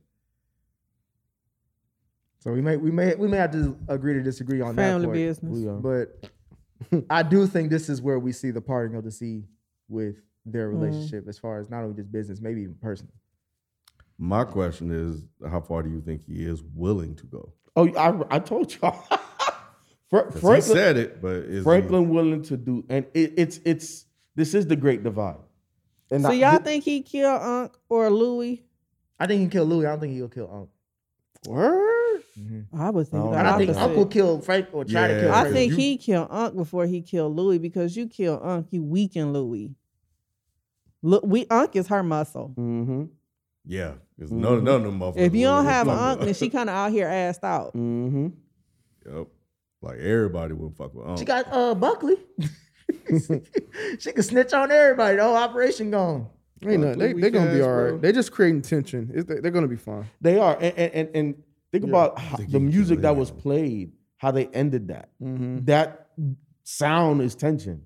Speaker 10: So we may we may we may have to agree to disagree on
Speaker 9: Family
Speaker 10: that part.
Speaker 9: business. We
Speaker 10: But I do think this is where we see the parting of the sea with their relationship, as far as not only just business, maybe even personal.
Speaker 1: My question is, how far do you think he is willing to go?
Speaker 8: Oh, I I told y'all. Fra-
Speaker 1: 'Cause he said it, but is he-
Speaker 8: Franklin willing to do, and it, it's it's this is the great divide. And
Speaker 9: so
Speaker 8: I-
Speaker 9: y'all
Speaker 8: thi-
Speaker 9: think he killed Unc or Louis?
Speaker 10: I think he killed Louis. I don't think he'll kill Uncle.
Speaker 8: Word?
Speaker 9: I would think.
Speaker 8: No,
Speaker 9: the
Speaker 8: I
Speaker 10: I think
Speaker 9: opposite.
Speaker 10: Uncle killed Frank or tried to kill
Speaker 1: Yeah.
Speaker 10: Frank.
Speaker 9: I think
Speaker 1: You-
Speaker 9: he killed Unc before he killed Louis because you kill Unc, you weaken Louis. Look, we Unc is her muscle.
Speaker 8: Mm-hmm.
Speaker 1: yeah, because none, none of them motherfuckers.
Speaker 9: Mm-hmm. If you don't
Speaker 1: willing to
Speaker 9: have an
Speaker 1: fuck
Speaker 9: Unc,
Speaker 1: with
Speaker 9: then she kind of out here assed out.
Speaker 1: Mm.
Speaker 8: Mm-hmm.
Speaker 1: Yep. Like everybody would fuck with Unc.
Speaker 10: She got uh Buckley. she can snitch on everybody. The whole operation gone.
Speaker 11: Ain't nothing. They,
Speaker 1: Weak
Speaker 11: they're gonna be
Speaker 1: ass,
Speaker 11: all
Speaker 1: bro.
Speaker 11: right. They're just creating tension. It's- they- they're gonna be fine.
Speaker 8: They are, and and and, and think about how,
Speaker 1: Think
Speaker 8: the
Speaker 1: he
Speaker 8: music that
Speaker 1: really
Speaker 8: was
Speaker 1: am.
Speaker 8: played, how they ended that.
Speaker 11: Mm-hmm.
Speaker 8: That sound is tension.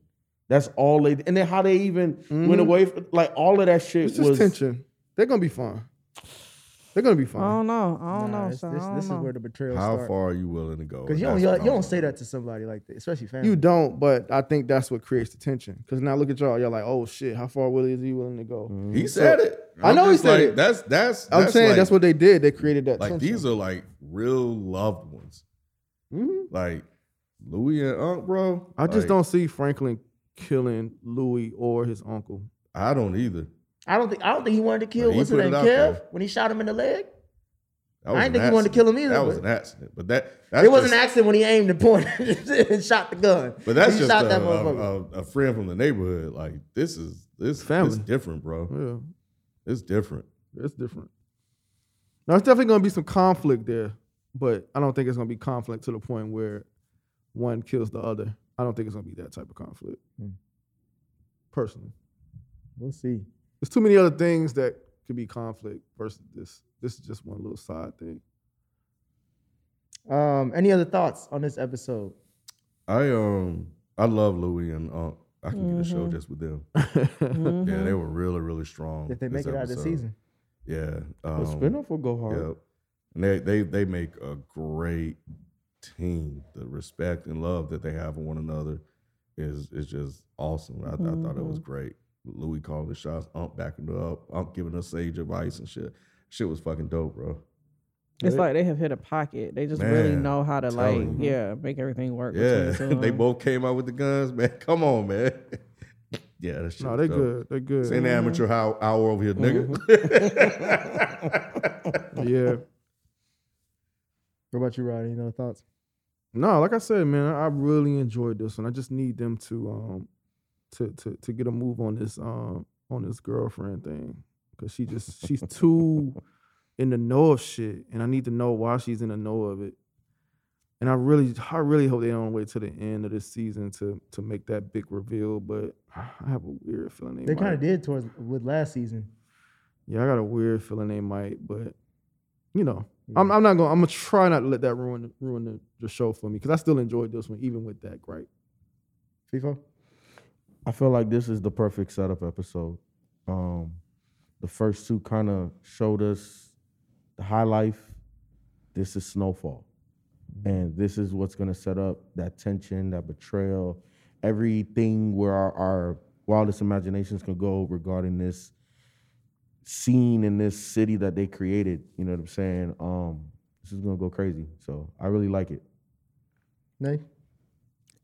Speaker 8: That's all they, and then how they even went away, from, like all of that shit
Speaker 11: Mm-hmm. It's just
Speaker 8: was
Speaker 11: tension. They're gonna be fine. They're gonna be
Speaker 9: I
Speaker 11: fine.
Speaker 9: don't know. I don't know.
Speaker 10: This,
Speaker 9: son.
Speaker 10: this-
Speaker 9: I don't
Speaker 10: this is
Speaker 9: know.
Speaker 10: where the betrayal
Speaker 1: How
Speaker 10: starts.
Speaker 1: far are you willing to go?
Speaker 10: Because you don't
Speaker 1: That's
Speaker 10: you
Speaker 1: what I'm
Speaker 10: don't say
Speaker 1: wondering.
Speaker 10: that to somebody like that, especially
Speaker 8: Oh.
Speaker 10: family.
Speaker 11: You don't, but I think that's what creates the tension. Because now look at y'all. Y'all like, oh shit, how far will is he willing to go?
Speaker 8: Mm-hmm.
Speaker 1: He said it.
Speaker 11: I know he
Speaker 1: just
Speaker 11: said
Speaker 1: like,
Speaker 11: it.
Speaker 1: That's that's.
Speaker 11: I'm saying
Speaker 1: like-
Speaker 11: that's what they did. They created that
Speaker 1: Like
Speaker 11: tension.
Speaker 1: these are like real loved ones.
Speaker 10: Mm-hmm.
Speaker 11: Mhm.
Speaker 1: Like Louis and Unc, bro.
Speaker 11: I just
Speaker 1: like,
Speaker 11: don't see Franklin killing Louis or his uncle.
Speaker 1: I don't either.
Speaker 10: I don't think I don't think he wanted to kill
Speaker 1: He
Speaker 10: what's his
Speaker 1: put it
Speaker 10: name,
Speaker 1: out
Speaker 10: Kev,
Speaker 1: there.
Speaker 10: when he shot him in the leg.
Speaker 1: That was
Speaker 10: I
Speaker 1: an
Speaker 10: didn't think he wanted to
Speaker 1: accident.
Speaker 10: kill him either,
Speaker 1: That was
Speaker 10: but-
Speaker 1: an accident. But that that's
Speaker 10: it was
Speaker 1: just,
Speaker 10: an accident when he aimed and pointed and shot the gun.
Speaker 1: But that's
Speaker 10: he
Speaker 1: just uh,
Speaker 10: shot
Speaker 1: a,
Speaker 10: that
Speaker 1: a-
Speaker 10: motherfucker.
Speaker 1: a- a friend from the neighborhood. Like this is this family.
Speaker 11: Family.
Speaker 1: It's different, bro.
Speaker 11: Yeah,
Speaker 1: It's different.
Speaker 11: it's different. Now it's definitely gonna be some conflict there, but I don't think it's gonna be conflict to the point where one kills the other. I don't think it's gonna be that type of conflict.
Speaker 8: Hmm.
Speaker 11: Personally,
Speaker 10: We'll see.
Speaker 11: there's too many other things that could be conflict versus this. This is just one little side thing.
Speaker 10: Um, any other thoughts on this episode?
Speaker 1: I um I love Louis and Unc. I can get a show just with them. Yeah, they were really really strong.
Speaker 10: If they
Speaker 1: this
Speaker 10: make it out of the
Speaker 1: episode.
Speaker 10: season,
Speaker 1: Yeah.
Speaker 8: the
Speaker 1: Um,
Speaker 8: spinoff will go hard.
Speaker 1: Yep. And they, they they make a great team. The respect and love that they have for one another is is just awesome. I, I thought it was great. Louis calling the shots, Ump backing it up, Ump giving us sage advice and shit. Shit was fucking dope, bro.
Speaker 9: It's like they have hit a pocket. They just really
Speaker 1: Man,
Speaker 9: know how to
Speaker 1: I'm
Speaker 9: like,
Speaker 1: telling you.
Speaker 9: yeah, make everything work.
Speaker 1: Yeah,
Speaker 9: between the two of
Speaker 1: they
Speaker 9: them.
Speaker 1: both came out with the guns, man. Come on, man. yeah, that shit.
Speaker 11: No,
Speaker 1: was
Speaker 11: they're
Speaker 1: dope.
Speaker 11: good. They're good.
Speaker 1: It's an amateur hour, hour over here, nigga.
Speaker 11: Mm-hmm. Yeah.
Speaker 10: what about you, Rod? Any other thoughts?
Speaker 11: No, like I said, man, I really enjoyed this one. I just need them to um to to to get a move on this um on this girlfriend thing because she just she's too in the know of shit, and I need to know why she's in the know of it. And I really, I really hope they don't wait till the end of this season to to make that big reveal. But I have a weird feeling they,
Speaker 10: They
Speaker 11: might.
Speaker 10: kind of did towards with last season.
Speaker 11: Yeah, I got a weird feeling they might, but you know, I'm, I'm not gonna. I'm gonna try not to let that ruin ruin the, the show for me because I still enjoyed this one even with that gripe.
Speaker 10: FIFO.
Speaker 8: I feel like this is the perfect setup episode. Um,
Speaker 11: The first two kind of showed us the high life. This is Snowfall. And this is what's going to set up that tension, that betrayal, everything where our, our wildest imaginations can go regarding this scene in this city that they created. You know what I'm saying? Um, this is going to go crazy. So I really like it.
Speaker 10: Nay?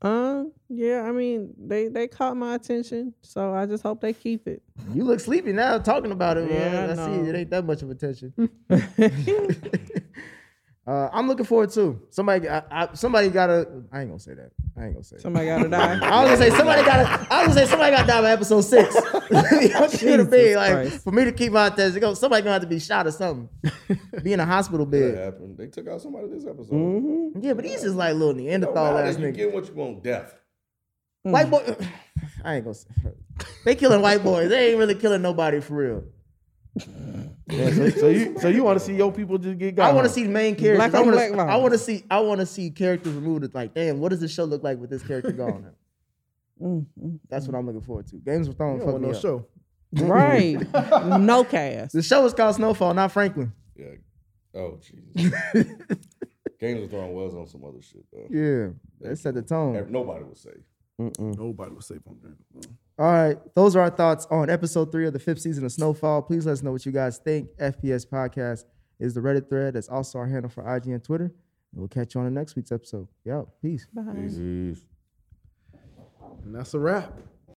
Speaker 9: Uh, yeah. I mean, they they caught my attention, so I just hope they keep it.
Speaker 10: You look sleepy now talking about it.
Speaker 9: Yeah,
Speaker 10: man.
Speaker 9: I
Speaker 10: I, see
Speaker 9: know.
Speaker 10: it ain't that much of attention. uh, I'm looking forward to somebody. I, I, somebody gotta. I ain't gonna say that. I ain't gonna say.
Speaker 9: Somebody gotta
Speaker 10: That.
Speaker 9: die.
Speaker 10: I was gonna say somebody gotta. I was gonna say somebody gotta die by episode six. you know what I mean?
Speaker 9: Jesus
Speaker 10: Like
Speaker 9: Christ.
Speaker 10: for me to keep my attention, go, somebody gonna have to be shot or something. be in a hospital
Speaker 1: That
Speaker 10: bed.
Speaker 1: happened. They took out somebody this episode.
Speaker 11: Mm-hmm.
Speaker 10: Yeah, but he's just like little
Speaker 1: Don't
Speaker 10: Neanderthal
Speaker 1: matter,
Speaker 10: ass
Speaker 1: you
Speaker 10: nigga.
Speaker 1: get what you want, death.
Speaker 10: White boy. I ain't gonna. Say, they killing white boys. They ain't really killing nobody for real.
Speaker 11: Yeah, so, so you so you want to see your people just get got?
Speaker 10: I want
Speaker 11: huh?
Speaker 10: to see main characters.
Speaker 9: Uh-huh. Black on
Speaker 10: I wanna-
Speaker 9: black violence.
Speaker 10: I want to see. I want to see characters removed. It's Like, damn, what does this show look like with this character gone? Mm-hmm. That's what I'm looking forward to. Games of Thrones.
Speaker 12: don't
Speaker 10: Fuck
Speaker 12: want
Speaker 10: me
Speaker 12: no
Speaker 10: up.
Speaker 12: show.
Speaker 9: right. No cast.
Speaker 10: The show is called Snowfall, not Franklin.
Speaker 1: Yeah. Oh Jesus. Games of Thrones was on some other shit though.
Speaker 10: Yeah, they set the tone.
Speaker 1: Ev- Nobody would say.
Speaker 12: Nobody was safe on that.
Speaker 10: All right, those are our thoughts on episode three of the fifth season of Snowfall. Please let us know what you guys think. FPS Podcast is the Reddit thread. That's also our handle for IG and Twitter. And we'll catch you on the next week's episode. Yo, peace.
Speaker 1: Jeez.
Speaker 12: And that's a wrap.